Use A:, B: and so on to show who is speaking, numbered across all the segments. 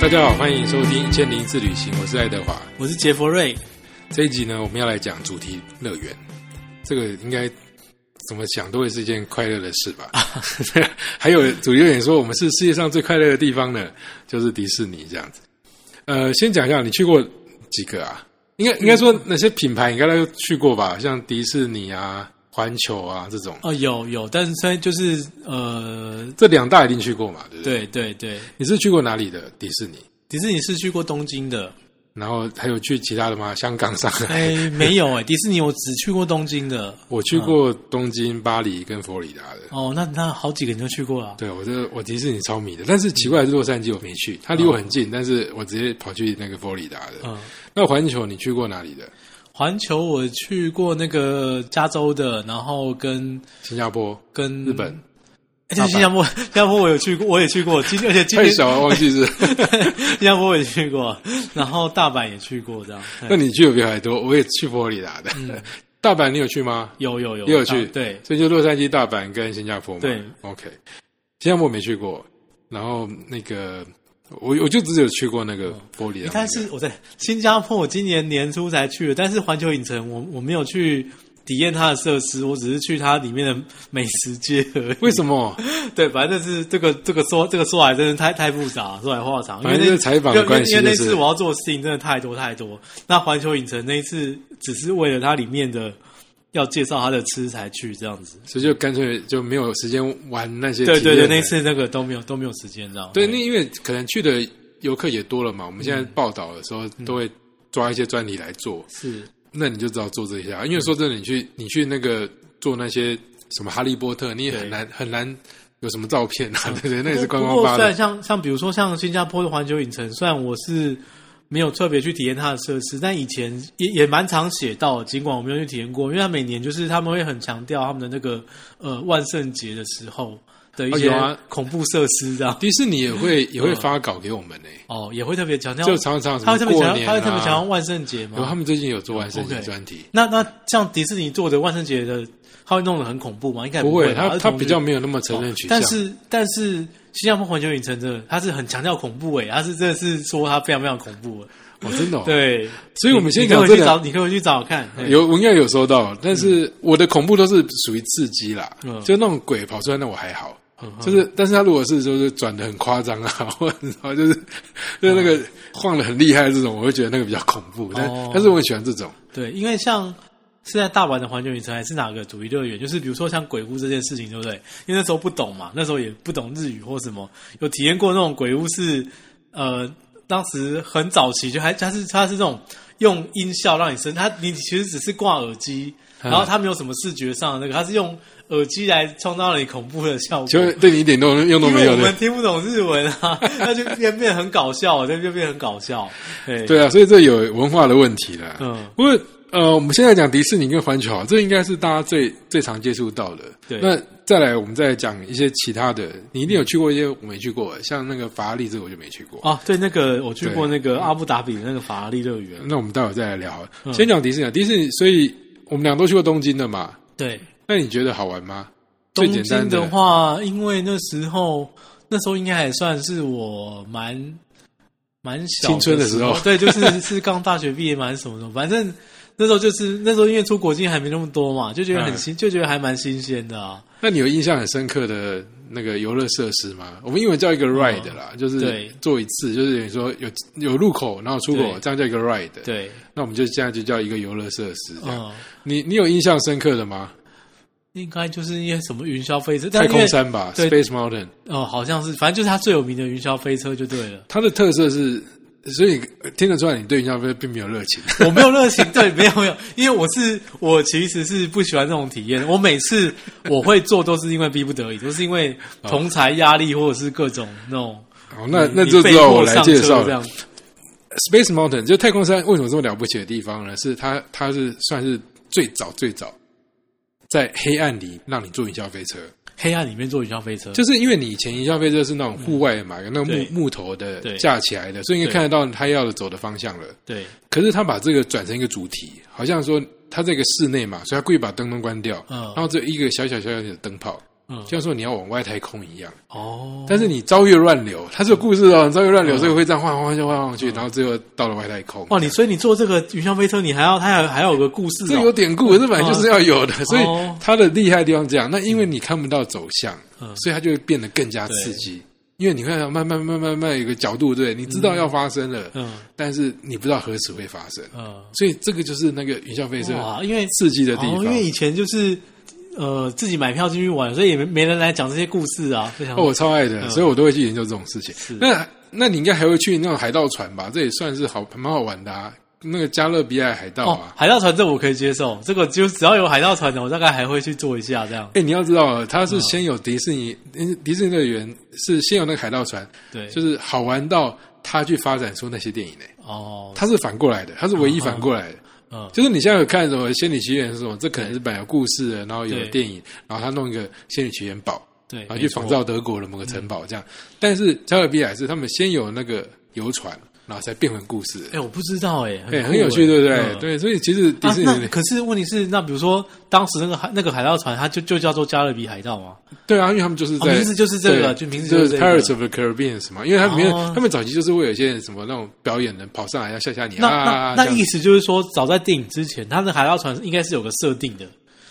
A: 大家好，欢迎收听《一千零一次旅行》，我是爱德华。
B: 我是杰佛瑞，
A: 这一集呢，我们要来讲主题乐园。这个应该怎么想都会是一件快乐的事吧？ 还有主题乐园说我们是世界上最快乐的地方呢，就是迪士尼这样子。呃，先讲一下你去过几个啊？应该应该说哪些品牌你应该都去过吧？像迪士尼啊、环球啊这种，
B: 哦，有有，但是虽然就是呃，
A: 这两大一定去过嘛，对不对？
B: 对对对，
A: 你是去过哪里的迪士尼？
B: 迪士尼是去过东 京的，
A: 然后还有去其他的吗？香港、上海？
B: 哎，没有哎，迪士尼我只去过东京的，
A: 我去过东京、巴黎跟佛罗里达的。
B: 哦，那那好几个你都去过啊了，
A: 对，我这我迪士尼超迷的，但是奇怪的是洛杉矶我没去，它离我很近，但是我直接跑去那个佛罗里达的。
B: 嗯，
A: 那环球你去过哪里的？
B: 环球我去过那个加州的，然后跟
A: 新加坡、
B: 跟
A: 日本，
B: 哎，对，
A: 大阪
B: 新加坡，新加坡我有去过，我也去过，今而且今
A: 太
B: 天
A: 小了，忘记是。
B: 新加坡我也去过，然后大阪也去过，这样，哎
A: 那你去的比我还多，我也去佛罗里达的。
B: 嗯
A: 大阪你有去吗？
B: 有有有
A: 也有去
B: 啊对，
A: 所以就洛杉矶、大阪跟新加坡嘛。
B: 对
A: ，OK，新加坡没去过，然后那个我我就只有去过那
B: 嗯
A: 个佛罗里达那个、
B: 一开始我在新加坡，我今年年初才去的，但是环球影城我我没有去体验它的设施，我只是去它里面的美食街而已。
A: 为什么？
B: 对，反正就是这个这个说这个说来真的太太复杂，说来话长。哦因为
A: 反正
B: 那
A: 就是采访的
B: 因为
A: 关系
B: 因为那
A: 就是
B: 次我要做的事情真的太多太多。那环球影城那一次只是为了它里面的要介绍它的吃才去这样子。
A: 所以就干脆就没有时间玩那些
B: 对对
A: 体
B: 对，
A: 验
B: 那
A: 了
B: 次那个都没有都没有时间这样。
A: 对，那因为可能去的游客也多了嘛，我们现在报道的时候
B: 嗯
A: 都会抓一些专题来做，
B: 是
A: 那你就知道做这些啊。因为说真的，你去你去那个做那些什么哈利波特，你也很
B: 对
A: 难很难有什么照片啊，对不对？那也是
B: 不
A: 官
B: 过
A: 方发
B: 虽然
A: 的。
B: 像像比如说像新加坡的环球影城，虽然我是没有特别去体验它的设施，但以前也也蛮常写到的，尽管我没有去体验过，因为它每年就是他们会很强调他们的那个呃万圣节的时候的一
A: 哦
B: 些
A: 有啊
B: 恐怖设施这样。
A: 迪士尼也会也会
B: 嗯
A: 发稿给我们呢、
B: 哦，也会特别强调，
A: 就常常什
B: 他
A: 么
B: 会特别
A: 过
B: 强调，
A: 年
B: 他会特别强调
A: 啊，
B: 万圣节
A: 然后他
B: 嘛。
A: 们最近有做万圣节
B: OK
A: 专题。
B: 那那像迪士尼做的万圣节的，他会弄得很恐怖吗？应该也
A: 不
B: 哦会
A: 会，
B: 吧，
A: 他
B: 是
A: 他
B: 同
A: 比
B: 日
A: 较没有那么承认取向，
B: 哦但是但是新加坡环球影城的，它是很强调恐怖诶、欸它是真的是说它非常非常恐怖的。欸
A: 哦，真的、哦，，
B: 对，
A: 所以我们先
B: 你可
A: 讲
B: 以
A: 这
B: 去
A: 两
B: 找，你可以去找看。嘿
A: 有，我应该有收到，但是我的恐怖都是属于刺激啦，
B: 嗯
A: 就那种鬼跑出来，那我还好。
B: 嗯哼
A: 就是，但是他如果是就是转的很夸张啊， 或者然后就是就是那个晃的很厉害这种，我会觉得那个比较恐怖。但、
B: 嗯哦
A: 但是我很喜欢这种，
B: 对，因为像是在大阪的环球影城还是哪个主题乐园，就是比如说像鬼屋这件事情，对不对？因为那时候不懂嘛，那时候也不懂日语或什么，有体验过那种鬼屋是呃，当时很早期就还它是它是这种用音效让你生，它你其实只是挂耳机，
A: 嗯
B: 然后它没有什么视觉上的那个，它是用耳机来创造你恐怖的效果。
A: 就对你一点都用都
B: 因
A: 没
B: 为
A: 有
B: 我们
A: 的。
B: 听不懂日文啊， 那就变变很搞笑，那就变很 搞笑。对
A: 对啊，所以这有文化的问题啦。
B: 嗯
A: 不过呃，我们现在讲迪士尼跟环球啊，这应该是大家最最常接触到的。
B: 对
A: 那再来我们再讲一些其他的，你一定有去过一些我没去过的，像那个法拉利这个我就没去过。
B: 哦，对，那个我去
A: 对
B: 过那个阿布达比的那个法拉利乐园，
A: 那我们待会儿再来聊好了。
B: 嗯
A: 先讲迪士尼啊，迪士尼，所以我们俩都去过东京的嘛。
B: 对，
A: 那你觉得好玩吗？最
B: 东
A: 简单
B: 京的话，因为那时候那时候应该还算是我蛮蛮小
A: 青春的
B: 的
A: 时
B: 时
A: 候
B: 对，就是 是刚大学毕业蛮什么的，反正那时候就是那时候因为出国经验还没那么多嘛，就觉得很
A: 嗯
B: 新，就觉得还蛮新鲜的啊。
A: 那你有印象很深刻的那个游乐设施吗？我们英文叫一个 ride 啦，就是
B: 哦对
A: 做一次，就是等于说有有入口，然后出口，
B: 对
A: 这样叫一个 ride。，
B: 对，
A: 那我们就现在就叫一个游乐设施。这样，
B: 嗯，
A: 你你有印象深刻的吗？
B: 应该就是因为什么云霄飞车，但
A: 太
B: 因为
A: 空山吧
B: 对
A: ，Space Mountain，
B: 哦，好像是，反正就是它最有名的云霄飞车就对了。
A: 它的特色是，所以听得出来你对云霄飞并没有热情。
B: 我没有热情，对，没有没有，因为我是我其实是不喜欢这种体验。我每次我会做都是因为逼不得已，都是因为同才压力或者是各种那种。
A: 好，那
B: 你
A: 那
B: 你
A: 就
B: 被
A: 知道我
B: 迫
A: 来
B: 上
A: 介
B: 车
A: 绍
B: 这
A: 了。
B: 样。
A: Space Mountain 就太空山为什么这么了不起的地方呢？是它它是算是最早最早在黑暗里让你坐云霄飞车，
B: 黑暗里面坐云霄飞车，
A: 就是因为你以前云霄飞车是那种户外的嘛，有那种木
B: 对
A: 木头的
B: 对
A: 架起来的，所以你可以
B: 对
A: 看得到它要走的方向了。
B: 对，
A: 可是他把这个转成一个主题，好像说它这个室内嘛，所以他故意把灯都关掉，
B: 嗯
A: 然后只有一个小小小小的灯泡，
B: 嗯
A: 就像说你要往外太空一样。
B: 哦，
A: 但是你遭遇乱流，它是有故事的、哦，你遭遇乱流，所以会这样晃来晃去、晃来晃去，然后最后到了外太空。
B: 嗯哇，你所以你坐这个云霄飞车，你还要它还有还有个故事、哦，
A: 这有典故，这本来就是要有的，所以
B: 哦
A: 它的厉害的地方这样。那因为你看不到走向，
B: 嗯
A: 所以它就会变得更加刺激。因为你看，慢慢、慢慢、慢慢有个角度，对，你知道要发生了，
B: 嗯
A: 但是你不知道何时会发生，
B: 嗯，
A: 所以这个就是那个云霄飞车
B: 哇，因为
A: 刺激的地
B: 哦，
A: 方。
B: 因为以前就是呃自己买票进去玩，所以也没没人来讲这些故事啊。非常
A: 哦，我超爱的，
B: 嗯
A: 所以我都会去研究这种事情。那那你应该还会去那种海盗船吧？这也算是好蛮好玩的啊。那个加勒比海海盗
B: 哦
A: 啊，，
B: 海盗船这我可以接受，这个就只要有海盗船的，我大概还会去做一下这样。
A: 哎、你要知道，它
B: 嗯
A: 是先有迪士尼，嗯迪士尼乐园是先有那个海盗船，
B: 对，
A: 就是好玩到他去发展出那些电影呢、
B: 哦，
A: 它是反过来的，它是唯一反过来的。
B: 嗯
A: 就是你现在有看什么《仙女奇缘》是什么，这可能是本来有故事的，然后有
B: 对
A: 电影，然后他弄一个《仙女奇缘堡》，
B: 对，
A: 然后
B: 没
A: 去
B: 错
A: 仿造德国的某个城堡这样。但是加勒比海是他们先有那个游船，然后才变成故事的。
B: 哎、我不知道哎、
A: 哎、
B: 酷
A: 很有趣，
B: 哎
A: 对不对？
B: 嗯
A: 对，所以其实迪
B: 啊
A: 士，尼、
B: 那可是问题是，那比如说当时那个海那个海盗船，它就就叫做加勒比海盗嘛？
A: 对啊，因为他们就是
B: 哦
A: 在、
B: 名字就是这个
A: 对
B: 就名字
A: 就
B: 就是
A: 是
B: 这
A: Pirates of
B: 个
A: the Caribbean 什么，因为他们没有、
B: 哦
A: 他们早期就是会有一些什么那种表演人跑上来要吓吓你
B: 那
A: 啊，
B: 那
A: 这
B: 那
A: 样
B: 意思就是说，早在电影之前，它的海盗船应该是有个设定的，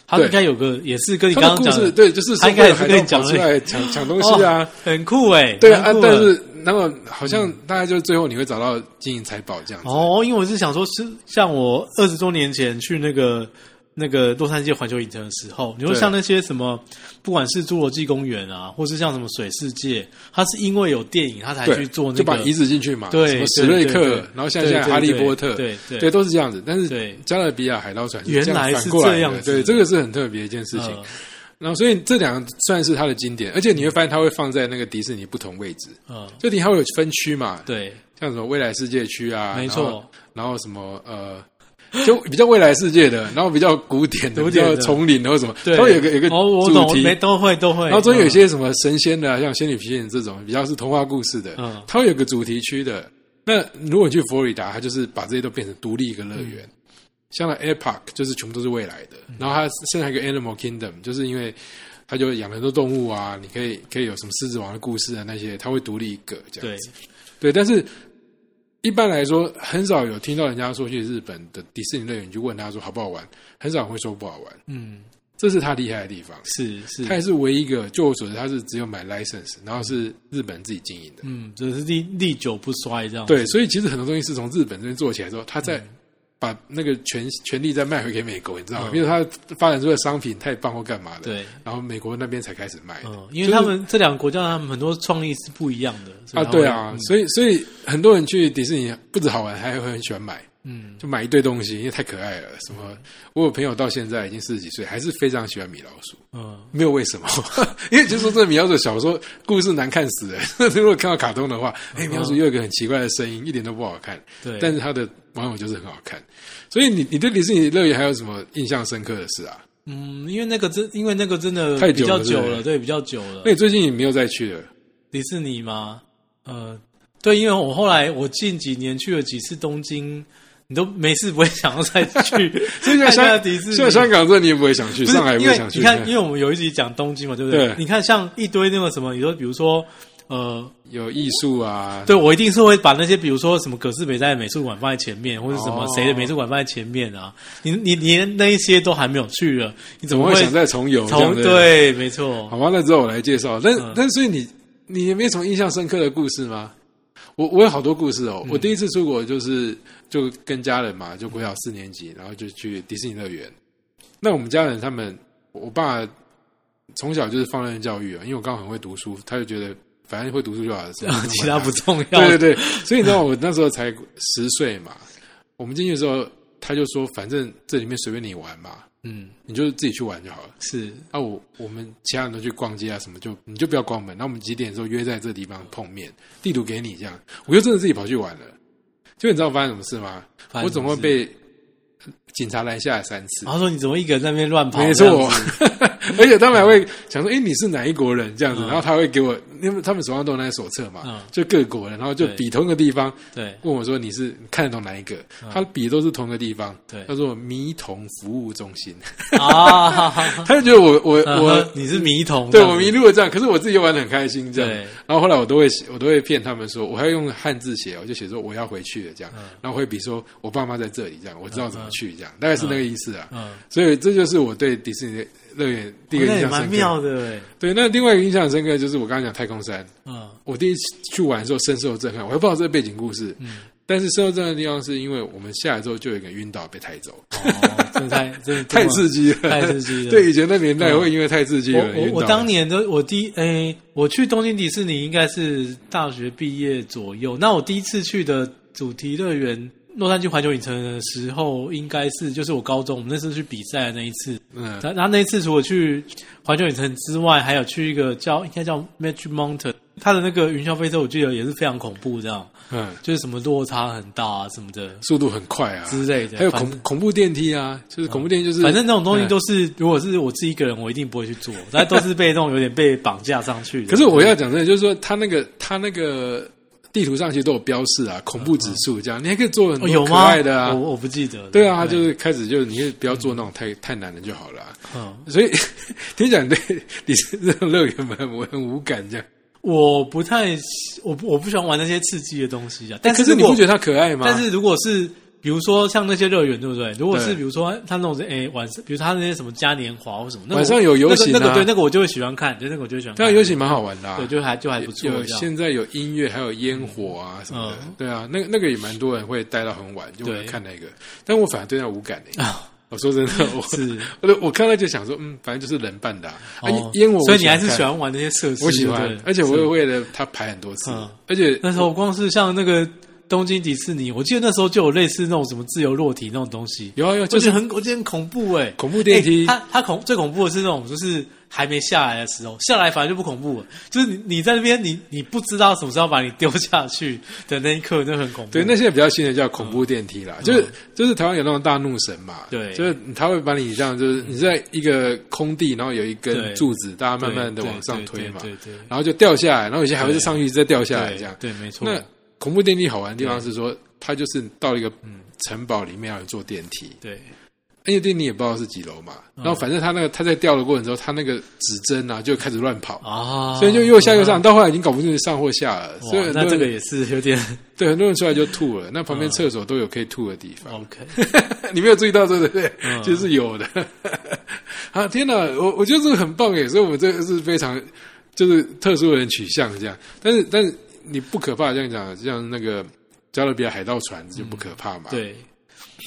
B: 它
A: 对
B: 应该有个也是跟你
A: 他
B: 刚
A: 的
B: 刚
A: 故
B: 讲
A: 事
B: 的
A: 对，就是
B: 他
A: 说
B: 应该
A: 会
B: 也
A: 有
B: 是
A: 海盗
B: 跟你
A: 跑
B: 讲
A: 出
B: 了
A: 来抢抢东西啊
B: 哦。很酷哎、
A: 对啊，
B: 蛮
A: 啊
B: 酷的
A: 但是然后好像大家就最后你会找到金银财宝这样子，
B: 嗯哦，因为我是想说，是像我二十多年前去那个那个洛杉矶环球影城的时候，你说
A: 对
B: 像那些什么，不管是侏罗纪公园啊，或是像什么水世界，它是因为有电影，它才
A: 对，
B: 去做那
A: 就把
B: 个
A: 遗址进去嘛，
B: 对
A: 什么史
B: 对
A: 瑞
B: 对
A: 克
B: 对，
A: 然后像现在哈利波特，
B: 对对对
A: 对，都是这样子。但是
B: 对
A: 加勒比亚海盗船是
B: 原
A: 这样
B: 来
A: 反
B: 是
A: 过
B: 这
A: 来
B: 样
A: 的，
B: 子嗯
A: 对，这个是很特别一件事情。然后，所以这两个算是它的经典，而且你会发现它会放在那个迪士尼不同位置，
B: 嗯，嗯
A: 就迪士尼它会有分区嘛，
B: 对，
A: 像什么未来世界区啊，
B: 没
A: 然后
B: 错，，
A: 然后什么呃。就比较未来世界的，然后比较古典的，
B: 古
A: 比
B: 典
A: 较
B: 的
A: 丛林，然后什么，
B: 对，
A: 它会有个有个
B: 哦，我
A: 主
B: 懂，我
A: 题，
B: 没都会都会，
A: 然后中间有一
B: 嗯
A: 些什么神仙的、啊，像仙女皮仙这种比较是童话故事的，
B: 嗯
A: 它会有个主题区的。那如果你去佛罗里达，它就是把这些都变成独立一个乐
B: 嗯
A: 园。像那 Air Park 就是全部都是未来的，然后它剩下一个 Animal Kingdom，就是因为它就养了很多动物啊，你可以可以有什么狮子王的故事啊那些，它会独立一个这样
B: 对
A: 子。对，但是一般来说，很少有听到人家说去日本的迪士尼乐园，你去问他说好不好玩，很少人会说不好玩，
B: 嗯
A: 这是他厉害的地方。
B: 是是
A: 它也是唯一一个，就我所知，它是只有买 license，然后是日本自己经营的。
B: 嗯，这是历历久不衰这样子，
A: 对，所以其实很多东西是从日本这边做起来之后，它
B: 嗯
A: 再把那个权权利再卖回给美国，你知道吗？因为它发展出的商品太棒或干嘛的，
B: 嗯对。
A: 然后美国那边才开始卖的。
B: 嗯，
A: 就
B: 因为
A: 是
B: 他们这两个国家，他们很多创意是不一样的所
A: 啊，
B: 以他
A: 对
B: 会
A: 啊，
B: 嗯
A: 所以所以很多人去迪士尼不止好玩，还会很喜欢买，
B: 嗯，
A: 就买一堆东西，因为太可爱了。什么，我有朋友到现在已经四十几岁，还是非常喜欢米老鼠。
B: 嗯，
A: 没有为什么， 因为就说这米老鼠小说故事难看死了。 如果看到卡通的话，哎，米老鼠又有一个很奇怪的声音，一点都不好看。
B: 嗯对，
A: 但是它的玩偶就是很好看。所以你你对迪士尼乐园还有什么印象深刻的事啊？
B: 嗯，因为那个真，因为那个真的
A: 太久
B: 比较
A: 了
B: 久
A: 对不
B: 了，对，比较久了
A: 那。你最近也没有再去了？
B: 迪士尼吗？呃，对，因为我后来我近几年去了几次东京，你都没事不会想要再去
A: 所以像
B: 看一下
A: 香
B: 迪士尼。
A: 像香港这你也不会想去，
B: 不是
A: 上海也不
B: 因
A: 会
B: 为
A: 想去。
B: 你看，因为我们有一集讲东京嘛，对不
A: 对
B: 你看像一堆那个什么，你说比如说呃，
A: 有艺术啊，
B: 对，我一定是会把那些，比如说什么葛饰北斋的美术馆放在前面，或者什么
A: 哦
B: 谁的美术馆放在前面啊？你你你连那一些都还没有去了，你怎
A: 怎么
B: 么
A: 会想再重游？这
B: 从
A: 样子，
B: 对，没错
A: 好，吧，那之后我来介绍。但、
B: 嗯
A: 但所以你你也没什么印象深刻的故事吗？我我有好多故事
B: 嗯
A: 哦。我第一次出国就是就跟家人嘛，就国小四年级，然后就去迪士尼乐园。那我们家人他们，我爸从小就是放任教育啊，因为我刚好很会读书，他就觉得反正会读书就好了，什么都管
B: 其他不重要。
A: 对对对，所以你知道我那时候才十岁嘛，我们进去的时候他就说，反正这里面随便你玩嘛，
B: 嗯，
A: 你就自己去玩就好了。
B: 是
A: 啊，我我们其他人都去逛街啊，什么就你就不要关门，那我们几点的时候约在这地方碰面，地图给你这样，我就真的自己跑去玩了。就你知道发生什么事吗？
B: 发生
A: 我
B: 什
A: 总
B: 么
A: 共
B: 事嗯
A: 被警察拦下来三次
B: 然，后说你怎么一个人在那边乱跑？
A: 没
B: 这样
A: 错
B: 子，
A: 而且他们还会想说：“哎、你是哪一国人？”这样子，然后他会给我，因为他们手上都有那些手册嘛，
B: 嗯
A: 就各国人，然后就
B: 对
A: 比同一个地方，
B: 对嗯
A: 问我说：“你是你看得懂哪一个？”他比的都是同一个地方，
B: 对
A: 叫做迷童服务中心。
B: 啊，
A: 他就觉得我我
B: 我
A: 我
B: 你是迷童， 啊
A: 对我迷路了这样，可是我自己又玩的很开心这样
B: 对。
A: 然后后来我都会写我都会骗他们说，我还要用汉字写，哦我就写说我要回去了这样。
B: 嗯
A: 然后会比说我爸妈在这里这样，我知道怎么去这样，大概是那个意思啊。
B: 嗯，
A: 所以这就是我对迪士尼的乐园第一个
B: 那
A: 印
B: 也
A: 象
B: 蛮
A: 深刻。
B: 妙的哎，
A: 对，那另外一个印象深刻就是我刚刚讲太空山，
B: 嗯
A: 我第一次去玩的时候深受震撼，我还不知道这个背景故事。
B: 嗯
A: 但是受震撼的地方是因为我们下来之后就有一个晕倒被抬 走，
B: 哦，真的 太真的
A: 太刺激了，
B: 太刺激 了
A: 对，以前那年代会因为太刺激
B: 我
A: 了晕倒。
B: 我我当年的我第一诶、我去东京迪士尼应该是大学毕业左右。那我第一次去的主题乐园洛杉矶环球影城的时候，应该是就是我高中我们那次去比赛的那一次。
A: 嗯
B: 然然后那一次除了去环球影城之外，还有去一个叫应该叫 Magic Mountain，它的那个云霄飞车，我记得也是非常恐怖，这样
A: 嗯，
B: 就是什么落差很大啊什么的
A: 速度很快啊，
B: 之类的。
A: 还有
B: 反
A: 恐恐怖电梯啊，就是恐怖电梯就是
B: 反正那种东西都
A: 嗯
B: 是，如果是我自己一个人，我一定不会去 做，但都是被那种有点被绑架上去的。
A: 可是我要讲真的，就是说它那个它那个地图上其实都有标示啊，恐怖指数这样，你还可以做很
B: 哦，有
A: 多可
B: 吗？
A: 爱的啊。
B: 我我不记得了。
A: 对啊，它就是开始就是你也不要做那种太太难的就好了啊、
B: 嗯，
A: 所以 听讲对你是这种乐园很我很无感这样。
B: 我不太，我不我不喜欢玩那些刺激的东西啊。但
A: 哎可是你
B: 如果
A: 不觉得它可爱吗？
B: 但是如果是比如说像那些乐园，对不对？如果是
A: 对
B: 比如说他那种诶、晚上，比如他那些什么嘉年华或什么，那个我
A: 晚上有游行啊
B: 那个那个对，那个我就会喜欢看，对，那个我就会喜欢看。
A: 但游戏蛮好玩的、啊，
B: 对，就还就还不错。
A: 有
B: 这样
A: 现在有音乐，还有烟火啊什么的，
B: 嗯
A: 对啊，那个那个也蛮多人会待到很晚，就
B: 对
A: 看那个。但我反而对那无感欸诶、
B: 啊
A: 我哦说真 的，我
B: 是
A: 我就我看到就想说，嗯，反正就是人办的、啊，啊
B: 哦
A: 烟火我
B: 所以你还是
A: 看
B: 喜，欢玩那些设施，
A: 我喜
B: 对
A: 欢
B: 不，对
A: 而且我也为了他排很多次
B: 嗯，
A: 而且
B: 那时候光是像那个东京迪士尼，我记得那时候就有类似那种什么自由落体那种东西，
A: 有啊有啊，
B: 就
A: 就是是
B: 很我觉得很恐怖哎、
A: 恐怖电梯
B: 欸它它恐最恐怖的是那种就是还没下来的时候，下来反而就不恐怖了，就是你你在那边你你不知道什么时候把你丢下去 的那一刻，那很恐怖。
A: 对，那现在比较新
B: 嗯
A: 的叫恐怖电梯啦，就是就是台湾有那种大怒神嘛，
B: 对
A: 就是他会把你这样，就是你在一个空地，然后有一
B: 对
A: 根柱子，大家慢慢的
B: 对对
A: 往上推嘛，
B: 对对对
A: 然后就掉下来，然后有些还会再上去再掉下来
B: 对
A: 这样。
B: 对，没错。
A: 那恐怖电梯好玩的地方是说，它就是到一个
B: 嗯
A: 城堡里面要坐电梯，
B: 对
A: 而且电梯也不知道是几楼嘛，
B: 嗯
A: 然后反正它那个它在掉的过程中，它那个指针啊就开始乱跑。
B: 啊，
A: 所以就右下右上，到后来已经搞不清楚上或下了，所以
B: 哇，
A: 很
B: 哦那
A: 多
B: 这个
A: 人
B: 也是有 点
A: 对很多人出来就吐了。那旁边厕所都有可以吐的地方，
B: OK。
A: 你没有注意到，对不对？
B: 嗯
A: 就是有的。 啊，天哪，我我觉得这个很棒耶，所以我们这个是非常就是特殊的人取向这样。但是但是你不可怕，这样讲，像那个加勒比海海盗船就不可怕嘛。
B: 嗯对，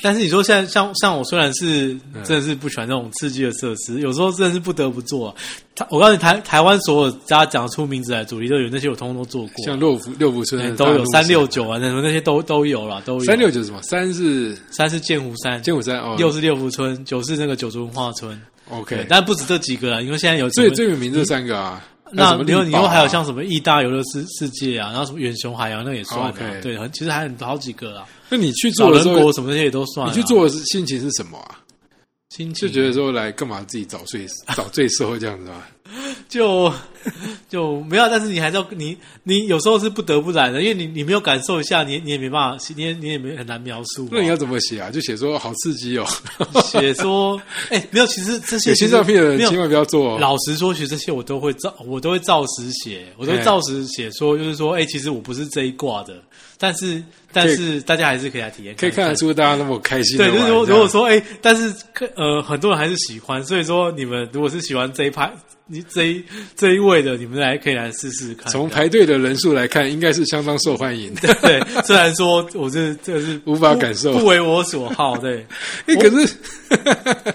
B: 但是你说现在像像我虽然是真的是不喜欢那种刺激的设施，有时候真的是不得不做、啊。台我告诉你，台台湾所有大家讲出名字来的主题乐园那些，我通通都做过，
A: 像六福六福
B: 对
A: 村
B: 哎嗯都有三六九啊，那什么那些都都有啦，都有。
A: 三六九是什么？三是
B: 三是剑湖山，
A: 剑湖山哦，
B: 六是六福村，九是那个九族文化村。对
A: OK，，
B: 但不止这几个啦，因为现在有什
A: 最
B: 么
A: 最有名这三个啊。还有
B: 那
A: 什么
B: 你后
A: 力
B: 你
A: 宝啊
B: 后还有像什么义大游乐世世界啊，然后什么远雄海洋那也算啊
A: 哦 OK
B: 对，很其实还很好几个啦，
A: 那你去
B: 老
A: 做的
B: 人
A: 时候，
B: 国什么那些也都算、啊。
A: 你去做的心情是什么啊？
B: 心情，
A: 就觉得说来干嘛自己找罪 找罪受这样子吗？
B: 就 就没有，但是你还是要你你有时候是不得不然的，因为你你没有感受一下，你你也没办法，你也你也没很难描述。
A: 那你要怎么写啊？就写说好刺激哦，
B: 写说， 哎、没有，其实这些
A: 有
B: 其
A: 心
B: 实
A: 脏病的
B: 没
A: 人
B: 有
A: 千万不要做哦。
B: 老实说，其实这些我都会照，我都会照实写，我都会
A: 哎
B: 照实写说，就是说，哎、其实我不是这一挂的，但是但
A: 可以
B: 是大家还是可以来体验，
A: 可以看得出大家那么开心地
B: 对，
A: 玩。
B: 就是如果
A: 这
B: 如
A: 样
B: 果说哎、但是可呃，很多人还是喜欢，所以说你们如果是喜欢这一派，你这一这一位的，你们来可以来试试看。
A: 从排队的人数来看，应该是相当受欢迎的。
B: 对，虽然说我这这个是
A: 无法感受
B: 不不为我所好。对，
A: 哎，可是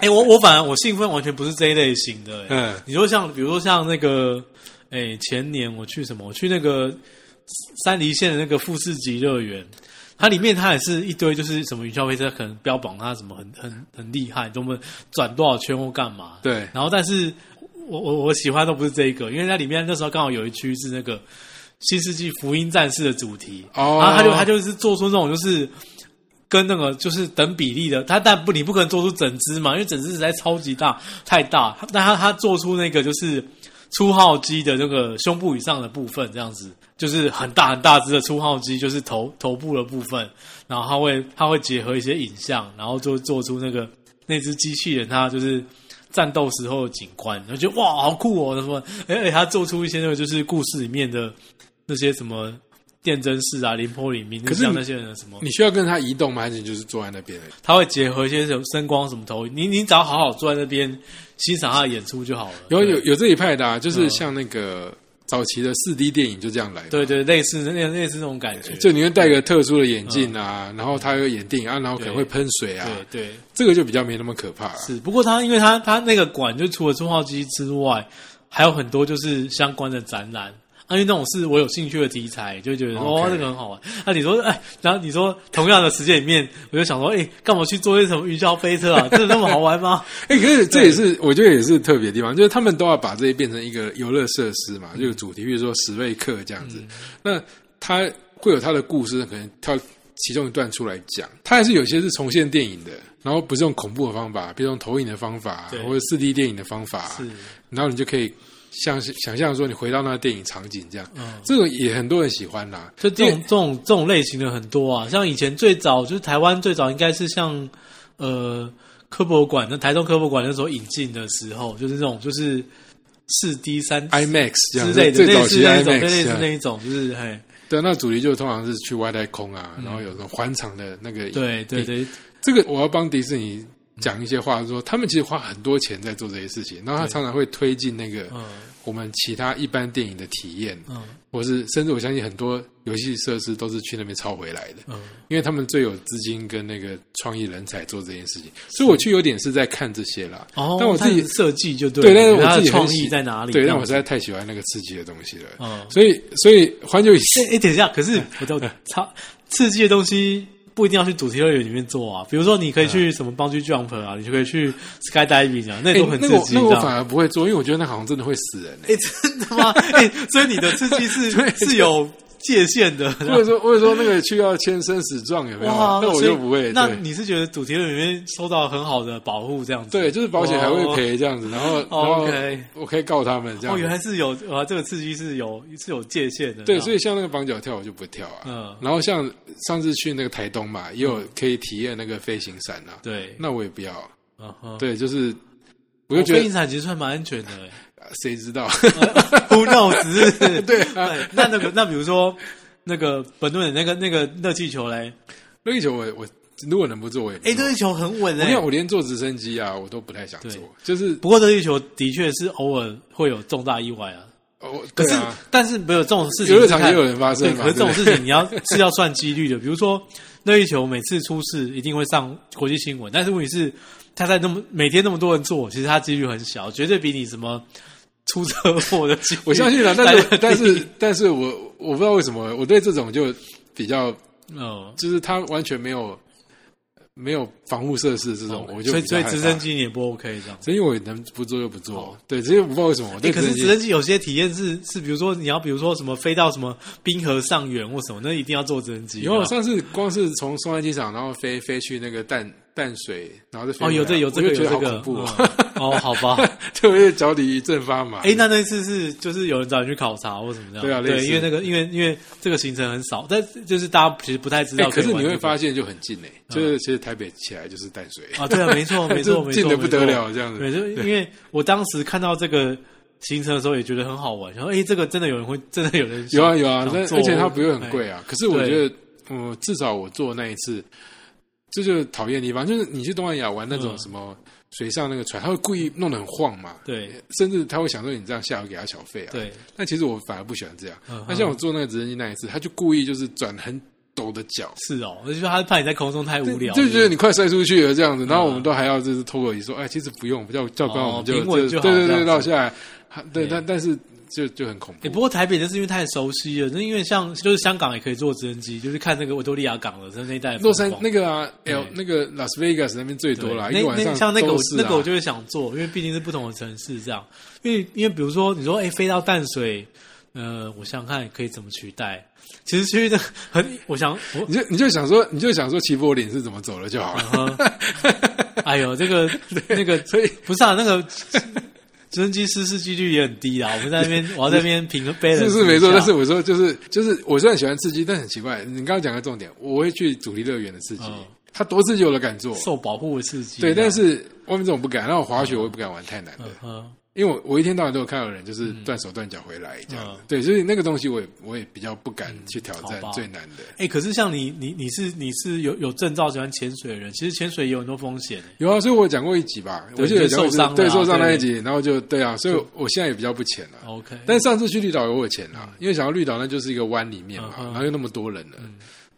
B: 哎、我我反而我兴奋完全不是这一类型的、哎
A: 嗯
B: 你说像比如说像那个，哎、前年我去什么？我去那个三梨县的那个富士急乐园。它里面它也是一堆，就是什么云霄飞车，可能标榜它什么很很很厉害，多么转多少圈或干嘛。
A: 对
B: 然后但是我我我喜欢都不是这一个，因为在里面那时候刚好有一区是那个《新世纪福音战士》的主题，
A: 哦
B: 然后他就他就是做出那种就是跟那个就是等比例的，它但不你不可能做出整只嘛，因为整只实在超级大太大，但它它做出那个就是初号机的那个胸部以上的部分，这样子就是很大很大只的初号机，就是头头部的部分，然后它会它会结合一些影像，然后就做出那个那只机器人它就是。战斗时候的景观，然后觉得哇，好酷哦！什么？而且他做出一些那个就是故事里面的那些什么电真式啊、林波里明，
A: 可是
B: 像
A: 你
B: 那些人的什么，
A: 你需要跟它移动吗？还是你就是坐在那边而已？
B: 他会结合一些什么声光什么投影，你你只要好好坐在那边欣赏他的演出就好了。
A: 有
B: 对
A: 有有这一派的、啊，就是像那个早期的四 D 电影就这样来的。
B: 对对，类似那类似那种感觉，
A: 就你会戴个特殊的眼镜啊，然后他有眼镜啊，然后可能会喷水啊，
B: 嗯对对
A: 这个就比较没那么可怕、啊。
B: 是。不过他因为他他那个馆就除了中号机之外，还有很多就是相关的展览。啊，因为那种是我有兴趣的题材，就觉得说
A: OK
B: 哦，这个很好玩。那、你说，哎，然后你说同样的时间里面，我就想说，哎，干嘛去做些什么云霄飞车啊？真的那么好玩吗？
A: 哎、可是这也是我觉得也是特别的地方，就是他们都要把这些变成一个游乐设施
B: 嗯
A: 嘛，就有主题，比如说史瑞克这样子，那他会有他的故事，可能他其中一段出来讲，他还是有些是重现电影的，然后不是用恐怖的方法，比如用投影的方法
B: 对，
A: 或者四 D 电影的方法，
B: 是，
A: 然后你就可以。想想象说你回到那个电影场景这样，
B: 嗯
A: 这种也很多人喜欢啦。
B: 就这
A: 因为
B: 种这种这种类型的很多啊，像以前最早就是台湾最早应该是像呃科博馆，那台中科博馆那时候引进的时候，就是这种就是四 D 三
A: IMAX 这样
B: 之类的，
A: 最
B: 类
A: 早
B: 似
A: 期
B: 那一种，类
A: IMAX 啊
B: 似
A: 这
B: 那
A: 样
B: 一种，就是嘿，
A: 对，那主题就通常是去外太空啊，然后有那种环场的那个。，
B: 对对对
A: 这个我要帮迪士尼讲一些话说，他们其实花很多钱在做这些事情，然后他常常会推进那个
B: 嗯
A: 我们其他一般电影的体验，
B: 嗯
A: 或是甚至我相信很多游戏设施都是去那边抄回来的，
B: 嗯，
A: 因为他们最有资金跟那个创意人才做这件事情。所以我去有点是在看这些啦，
B: 嗯哦，
A: 但我自己
B: 它的设计就对
A: 对，
B: 了，
A: 但是
B: 它
A: 我
B: 的
A: 自己很
B: 创
A: 喜
B: 意在哪里？
A: 对，
B: 这
A: 但
B: 样
A: 我实
B: 子
A: 在太喜欢那个刺激的东西了，
B: 嗯。
A: 所以所以环球影
B: 哎、哎，等一下，可是 我都超刺激的东西不一定要去主题乐园里面做啊。比如说，你
A: 嗯
B: 可以去什么 bungee jump 啊，你就可以去 skydiving 啊，那
A: 哎
B: 都很刺
A: 那个我
B: 激，
A: 那个
B: 你
A: 我
B: 知道
A: 反
B: 吗？
A: 而不会做，因为我觉得那好像真的会死 人、欸。
B: 哎、真的吗？哎、所以你的刺激是是有界限的。
A: 或者说，或者说那个去要签生死状有没有？
B: 哇，
A: 那我
B: 所以
A: 就不会。
B: 那
A: 对
B: 你是觉得主题乐园里面受到很好的保护，这样子？哦
A: 对，就是保险还会赔这样子，然后然后
B: OK
A: 我可以告他们这样
B: 哦。哦，原
A: 子。
B: 来是有啊，这个刺激是有是有界限的。
A: 对，所
B: 以
A: 以像那个绑脚跳我就不跳啊。
B: 嗯
A: 然后像上次去那个台东嘛，也有可以体验那个飞行伞啊，
B: 对，
A: 那我也不要。
B: 嗯哼，
A: 对，就是我
B: 我
A: 就觉
B: 飞
A: 得
B: 行嗯伞其实算蛮安全的、哎
A: 谁知道？
B: Who knows？是不是
A: 对啊
B: 对，那那个那比如说那个本顿的那个那个热气球嘞，
A: 那个球我我如果能不做我也不
B: 哎、
A: 做
B: 热气球很稳
A: 嗯我
B: 哎、
A: 看我连坐直升机啊，我都不太想
B: 对
A: 坐，就是
B: 不过热气球的确是偶尔会有重大意外啊。
A: 哦，
B: 可
A: 对
B: 是，
A: 啊，
B: 但是没有这种事情
A: 游
B: 是
A: 乐
B: 看，
A: 场也有人发
B: 对，
A: 生嘛。
B: 可是这种
A: 对不
B: 事
A: 对
B: 情你要是要算几率的。比如说热气球每次出事一定会上国际新闻，但是问题是它在那么每天那么多人做，其实它几率很小，绝对比你什么出车祸的几率
A: 我相信 了，但
B: 来得
A: 是
B: 低
A: 但是但是我我不知道为什么我对这种就比较，
B: 嗯。
A: 就是它完全没有没有防护设施这种，我就
B: 哦所
A: 比
B: 以
A: 较
B: 所以
A: 害怕
B: 直升，机你也不 OK 这样。
A: 所以我能不做就不做，对，只是我不知道为什么我
B: 欸
A: 对
B: 可
A: 直
B: 是
A: 升
B: 直
A: 机
B: 升机有些体验是是，比如说你要，比如说什么飞到什么冰河上缘或什么，那一定要坐直升机。啊
A: 以后
B: 对吧
A: 啊上次光是从松山机场，然后飞飞去那个淡淡水，然后再飞
B: 哦，有
A: 回
B: 这
A: 来
B: 有这个
A: 我
B: 有
A: 就觉得
B: 这
A: 好
B: 个
A: 恐怖哦，
B: 嗯 哦，好吧。
A: 对，我就脚底一阵发麻。
B: 哎、那那次是就是有人找你去考察或什么这样？
A: 对啊类
B: 对，
A: 似
B: 因为那个因为因为这个行程很少，但就是大家其实不太知
A: 哎
B: 道、
A: 可是你
B: 玩
A: 会
B: 这个
A: 发现就很近诶，哎
B: 嗯
A: 就是其实台北起来就是淡水，
B: 啊，对啊，没 错没错
A: 就
B: 没错，
A: 近的不得
B: 没错
A: 了这样子
B: 对，。就因为我当时看到这个行程的时候，也觉得很好玩，然后哎，这个真的有人会，真的有人
A: 有啊有啊，
B: 想
A: 但
B: 做哎
A: 而且它不会很贵啊。可是我
B: 对
A: 觉得，嗯，至少我做那一次，这就是讨厌的地方，就是你去东南亚玩那种
B: 嗯
A: 什么水上那个船，他会故意弄得很晃嘛，
B: 对
A: 甚至他会想说你这样下午给他小费啊。，
B: 对
A: 但其实我反而不喜欢这样
B: 嗯。
A: 那像我坐那个直升机那一次，他就故意就是转很陡的角。
B: 是哦，我就说他怕你在空中太无聊，
A: 就觉
B: 是嗯
A: 得你快摔出去了这样子，然后我们都还要就是透过你说，哎，其实不用，叫叫官
B: 哦
A: 我们就
B: 平稳
A: 就
B: 就好
A: 对对
B: 这样
A: 对，
B: 子
A: 绕下来，还对，
B: 对
A: 但但是就就很恐
B: 也、
A: 怖
B: 哎不。过台北就是因为太熟悉了，那因为像就是香港也可以坐直升机，就是看那个维多利亚港的那那一带的风
A: 洛杉
B: 光
A: 那个啊，L
B: 对
A: 那个 Las Vegas 那边最多啦，一
B: 对
A: 个
B: 那
A: 晚上
B: 那像那个我
A: 都是啊
B: 那个我就会想做，因为毕竟是不同的城市这样。因为因为比如说你说哎、诶飞到淡水呃，我想想看可以怎么取代。其实区域的很，我想我
A: 你就你就想说，你就想说齐柏林是怎么走了就好了。
B: 呃 哎呦，这个那个
A: 所以
B: 不是啊，那个 直升机失事几率也很低啊。我们在那边，我要在那边评 b a
A: 是是没错，但是我说就是就是，我虽然喜欢刺激，但很奇怪，你刚刚讲的重点，我会去主题乐园的刺激
B: 嗯，
A: 它多刺激我都敢做，
B: 受保护的刺激啊。
A: 对，但是外面这种不敢，然后滑雪我也不敢玩太难的
B: 嗯，哼，
A: 因为我我一天到晚都有看到有人就是断手断脚回来这样子
B: 嗯，
A: 对，所以那个东西我也我也比较不敢去挑战
B: 好吧
A: 最难的。
B: 哎，可是像你你你是你是有有证照喜欢潜水的人，其实潜水也有很多风险欸。
A: 有啊，所以我讲过一集吧，
B: 对
A: 我记得有讲过一集
B: 就受伤了啊
A: 对受伤那
B: 对嗯
A: 一集，然后就对啊，所以我现在也比较不浅了。
B: OK，
A: 但上次去绿岛我有钱啦，因为想要绿岛那就是一个湾里面嘛，
B: 嗯嗯哼嗯
A: 然后又那么多人了，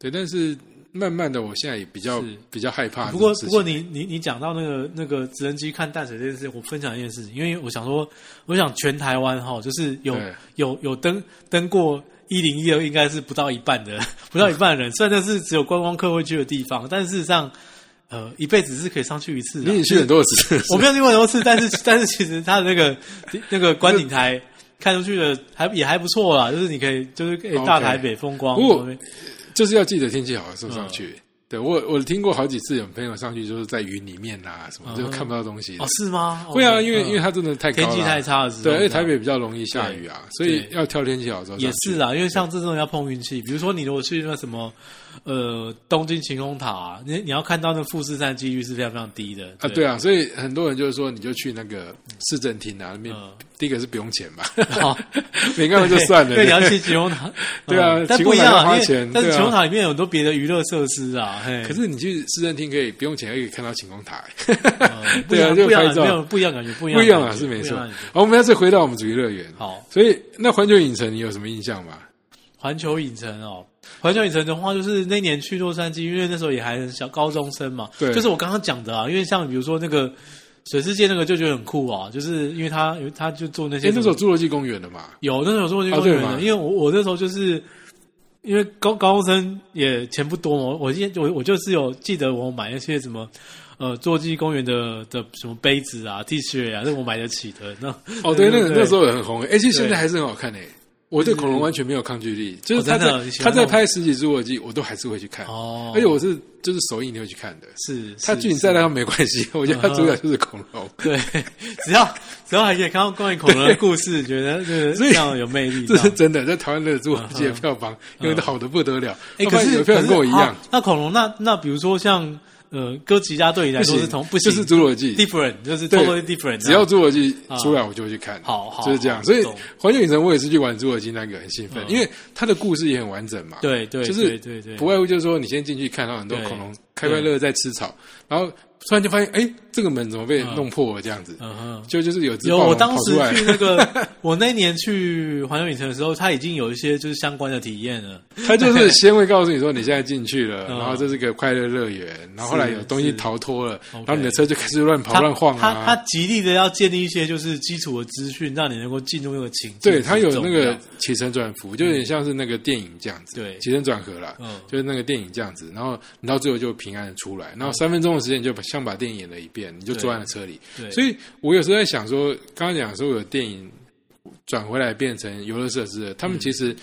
A: 对。但是慢慢的，我现在也比较
B: 是
A: 比较害怕这
B: 不过
A: 种事情。
B: 不过你你你讲到那个那个直升机看淡水这件事，我分享一件事情，因为我想说，我想全台湾哈，就是有
A: 对
B: 有有登登过一零一的，应该是不到一半的，不到一半的人，虽然那是只有观光客会去的地方，但事实上，呃，一辈子是可以上去一次的。啊
A: 你也去很多次，
B: 我没有去过很多次，但是但是其实它的那个那个观景台看出去的还也还不错啦，就是你可以就是可以
A: OK
B: 大台北风光。
A: 不过
B: 旁边
A: 就是要记得天气好的时候上
B: 嗯
A: 去。对我我听过好几次有朋友上去就是在云里面啊什么，
B: 嗯
A: 就看不到东西
B: 哦。是吗？
A: 会啊，因为
B: 嗯
A: 因为它真的太高
B: 天
A: 了
B: 气太差了，
A: 对，因为台北比较容易下雨啊，所以
B: 嗯对
A: 要挑天气好的时候上去
B: 也是啦，因为像这种要碰运气，比如说你如果去那什么，呃，东京晴空塔、啊，你你要看到那富士山几率是非常非常低的
A: 啊，对啊，所以很多人就是说，你就去那个市政厅啊，那边
B: 嗯
A: 第一个是不用钱 吧，
B: 好，
A: 没看到就算了。
B: 哦对，你要去晴空塔，
A: 对啊
B: 嗯但
A: 晴
B: 不
A: 空
B: 一
A: 塔
B: 样
A: 要花
B: 啊，因为
A: 钱
B: 但是
A: 对啊
B: 晴空塔里面有很多别的娱乐设施啊，嘿
A: 可是你去市政厅可以不用钱，还可以看到晴空塔，
B: 嗯不 一
A: 对啊
B: 样，
A: 就
B: 不一样
A: 拍照
B: 没有不一样感觉，不一样
A: 不
B: 感
A: 一
B: 觉，
A: 样啊，是没
B: 不一
A: 错。
B: 样的
A: 好
B: 感觉，
A: 我们要是回到我们主义乐园，
B: 好，
A: 所以那环球影城你有什么印象吗？
B: 环球影城哦，环球影城的话，就是那年去洛杉矶，因为那时候也还很小，高中生嘛。
A: 对
B: 就是我刚刚讲的啊，因为像比如说那个水世界那个就觉得很酷啊，就是因为他有他就做那些
A: 哎，
B: 什么、
A: 那时候侏罗纪公园的嘛，
B: 有那时候做那些
A: 啊
B: 公园
A: 对
B: 的，
A: 嘛
B: 因为我我那时候就是因为高高中生也钱不多嘛，我记我我就是有记得我买那些什么。呃，侏罗纪公园的的什么杯子啊、T 恤啊，那我买得起的。那
A: 哦，对，那个
B: 对
A: 那时候也很红，哎，其实现
B: 对
A: 在还是很好看诶。我对恐龙完全没有抗拒力，就是他
B: 哦真
A: 在
B: 的你喜
A: 他
B: 欢
A: 在
B: 那种
A: 拍十几侏罗纪，我都还是会去看，
B: 哦，
A: 而且我是就是首映你会去看的。
B: 是
A: 他
B: 是
A: 剧情再烂没关系，我觉得他主角就是恐龙。
B: 对，只要只要还可以看到关于恐龙的故事，觉得就是
A: 所以
B: 非常有魅力。
A: 这是
B: 样
A: 真的，在台湾的侏罗纪的票房用的好的不得了。
B: 嗯哎，
A: 要不
B: 可
A: 然
B: 是
A: 有票
B: 可
A: 人
B: 是
A: 跟我一样
B: 好，那恐龙，那那比如说像呃哥吉拉对你来说是同不行，
A: 就是侏罗纪。
B: different，就是
A: 对
B: totally different 啊。
A: 只要侏罗纪出来，我就会去看。
B: 好好
A: 就是这样。
B: 好
A: 所以
B: 懂
A: 环球影城我也是去玩侏罗纪那个，很兴奋，
B: 嗯
A: 因为它的故事也很完整嘛。，
B: 对对，
A: 就是
B: 对对对，
A: 不外乎就是说，你先进去看到很多
B: 对
A: 恐龙开快乐乐在吃草，然后突然就发现，哎，这个门怎么被弄破了？这样子，
B: 嗯哼。
A: 就就是有只
B: 有，
A: 暴
B: 我
A: 龙
B: 当
A: 跑
B: 时
A: 出来。
B: 去 那个，我那年去环球影城的时候，它已经有一些就是相关的体验了。
A: 他 就是先会告诉你说你现在进去了，
B: 嗯
A: 然后这是个快乐乐园，然后后来有东西逃脱了，
B: OK
A: 然后你的车就开始乱跑
B: 它
A: 乱晃
B: 它
A: 啊。
B: 它极力的要建立一些就是基础的资讯，让你能够进入那个情境之中。
A: 对，它有那
B: 这
A: 个
B: 样
A: 起承转符，就有点像是那个电影这样子，
B: 对
A: 起承转合啦，
B: 嗯
A: 就是那个电影这样子。然后你到最后就平安地出来，然后三分钟的时间你就把像把电影演了一遍，你就坐在了车里。
B: 对，
A: 所以我有时候在想说，刚刚讲说有电影转回来变成游乐设施了，他
B: 嗯
A: 们其实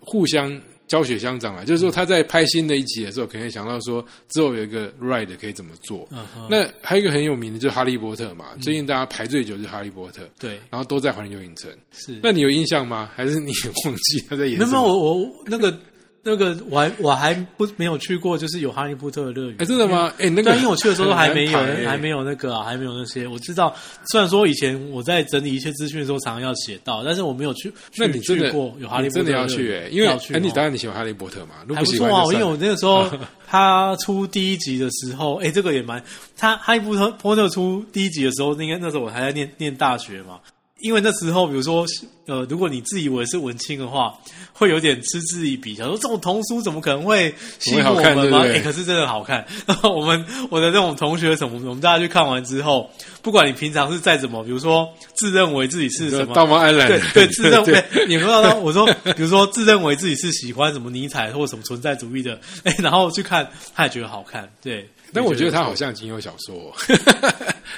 A: 互相教学相长啊，就是说他在拍新的一集的时候，可能会想到说之后有一个 ride 可以怎么做。
B: 嗯哼，
A: 那还有一个很有名的就是《哈利波特》嘛，最近大家排最久就是《哈利波特》，
B: 对
A: 然后都在环球影城。
B: 是。
A: 那你有印象吗？还是你 也忘记他在演
B: 没
A: 什
B: 有没有，
A: 么？
B: 我我 那个那个，我还我还不没有去过，就是有哈利波特的乐园。
A: 哎，真的吗？哎，那
B: 对
A: 个
B: 啊，因为我去的时候都还没有
A: 很难排，欸
B: 还没有那个啊，还没有那些。我知道，虽然说以前我在整理一些资讯的时候，常常要写到，但是我没有去。
A: 那你真的
B: 去过有哈利
A: 你
B: 波
A: 真
B: 特
A: 的要
B: 乐
A: 去
B: 园
A: 哎，因为
B: 要去
A: 哎，你
B: 哦
A: 当然你喜欢哈利波特嘛，如果
B: 还不
A: 喜
B: 错
A: 欢
B: 啊，
A: 就
B: 因
A: 算
B: 为
A: 了
B: 我那个 时候他出第一集的时候，哎、这个也蛮他哈利波特波特出第一集的时候，应该那时候我还在念念大学嘛。因为那时候，比如说，呃，如果你自以为是文青的话，会有点嗤之以鼻，想说这种童书怎么可能会吸引
A: 怎么
B: 我
A: 会好看
B: 们
A: 对不
B: 吗？
A: 对
B: 哎可是真的好看。 然后我们我的那种同学什么，我们大家去看完之后，不管你平常是再怎么，比如说自认为自己是什么
A: 道貌岸然，
B: 对对，自认为
A: 对
B: 你有没有到？我说，比如说自认为自己是喜欢什么尼采或者什么存在主义的，哎，然后去看，他也觉得好看，对，
A: 但我觉得他好像金庸小 说、哦，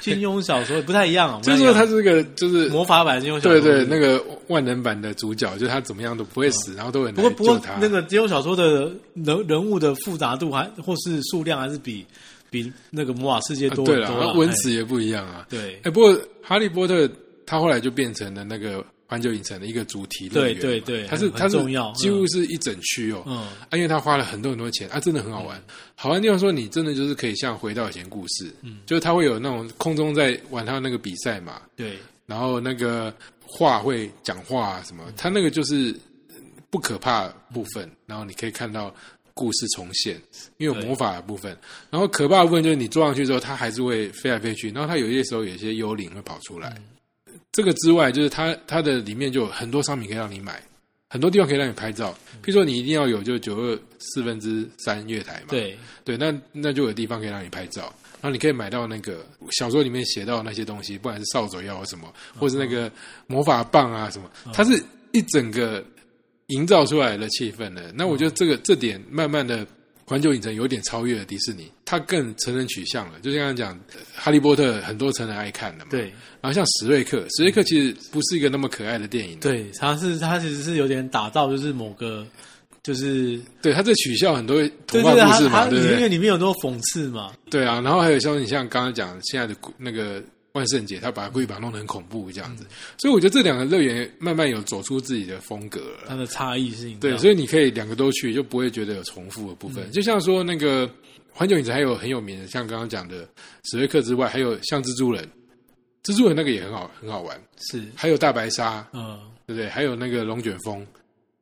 B: 金庸小说也不太一样、啊，
A: 就是说他是个就是
B: 魔法版金庸小说，嗯
A: 对对，那个万能版的主角，就是他怎么样都不会死，然后都很
B: 不过
A: 难
B: 不
A: 救
B: 过
A: 他。
B: 那个金庸小说的人人物的复杂度还或是数量还是比比那个魔法世界
A: 啊
B: 多
A: 对
B: 很
A: 了，
B: 多
A: 然
B: 啊、
A: 后文
B: 嘿
A: 字也不一样啊。
B: 对
A: 哎，不过《哈利波特》它后来就变成了那个环球影城的一个主题乐园嘛，
B: 对对对
A: 它是
B: 很
A: 它是
B: 重要
A: 几乎是一整区哦，
B: 嗯
A: 啊，因为它花了很多很多钱，啊，真的很好玩。好玩的地方说，你真的就是可以像回到以前故事，嗯，就是它会有那种空中在玩它那个比赛嘛，
B: 对
A: 然后那个话会讲话啊什么，它那个就是不可怕的部分，然后你可以看到故事重现，因为有
B: 对
A: 魔法的部分，然后可怕的部分就是你坐上去之后，它还是会飞来飞去，然后它有些时候有一些幽灵会跑出来。这个之外，就是它它的里面就有很多商品可以让你买，很多地方可以让你拍照。譬如说，你一定要有就九二四分之三月台嘛，
B: 对
A: 对，那那就有地方可以让你拍照，然后你可以买到那个小说里面写到那些东西，不管是扫帚药或什么，或是那
B: 嗯
A: 个魔法棒啊什么，它是一整个营造出来的气氛的。那我觉得这个
B: 嗯
A: 这点慢慢的。环球影城有点超越了迪士尼，它更成人取向了。就像刚刚讲，呃哈利波特很多成人爱看的嘛。。
B: 对
A: 然后像史瑞克，史瑞克其实不是一个那么可爱的电影。
B: 对，他是他其实是有点打造就是某个就是
A: 对，他在取笑很多童
B: 对
A: 话
B: 对对，
A: 故
B: 他
A: 事
B: 他
A: 嘛，对不对
B: 因为？里面有很多讽刺嘛，
A: 对啊，然后还有像你像刚刚讲现在的古那个万圣节，他把故意把它弄得很恐怖这样子，所以我觉得这两个乐园慢慢有走出自己的风格了。
B: 它的差异性
A: 对，
B: 以
A: 所以你可以两个都去，就不会觉得有重复的部分。就像说那个环球影城还有很有名的，像刚刚讲的史瑞克之外，还有像蜘蛛人，蜘蛛人那个也很好很好玩，
B: 是
A: 还有大白鲨，
B: 嗯
A: 对不对？还有那个龙卷风，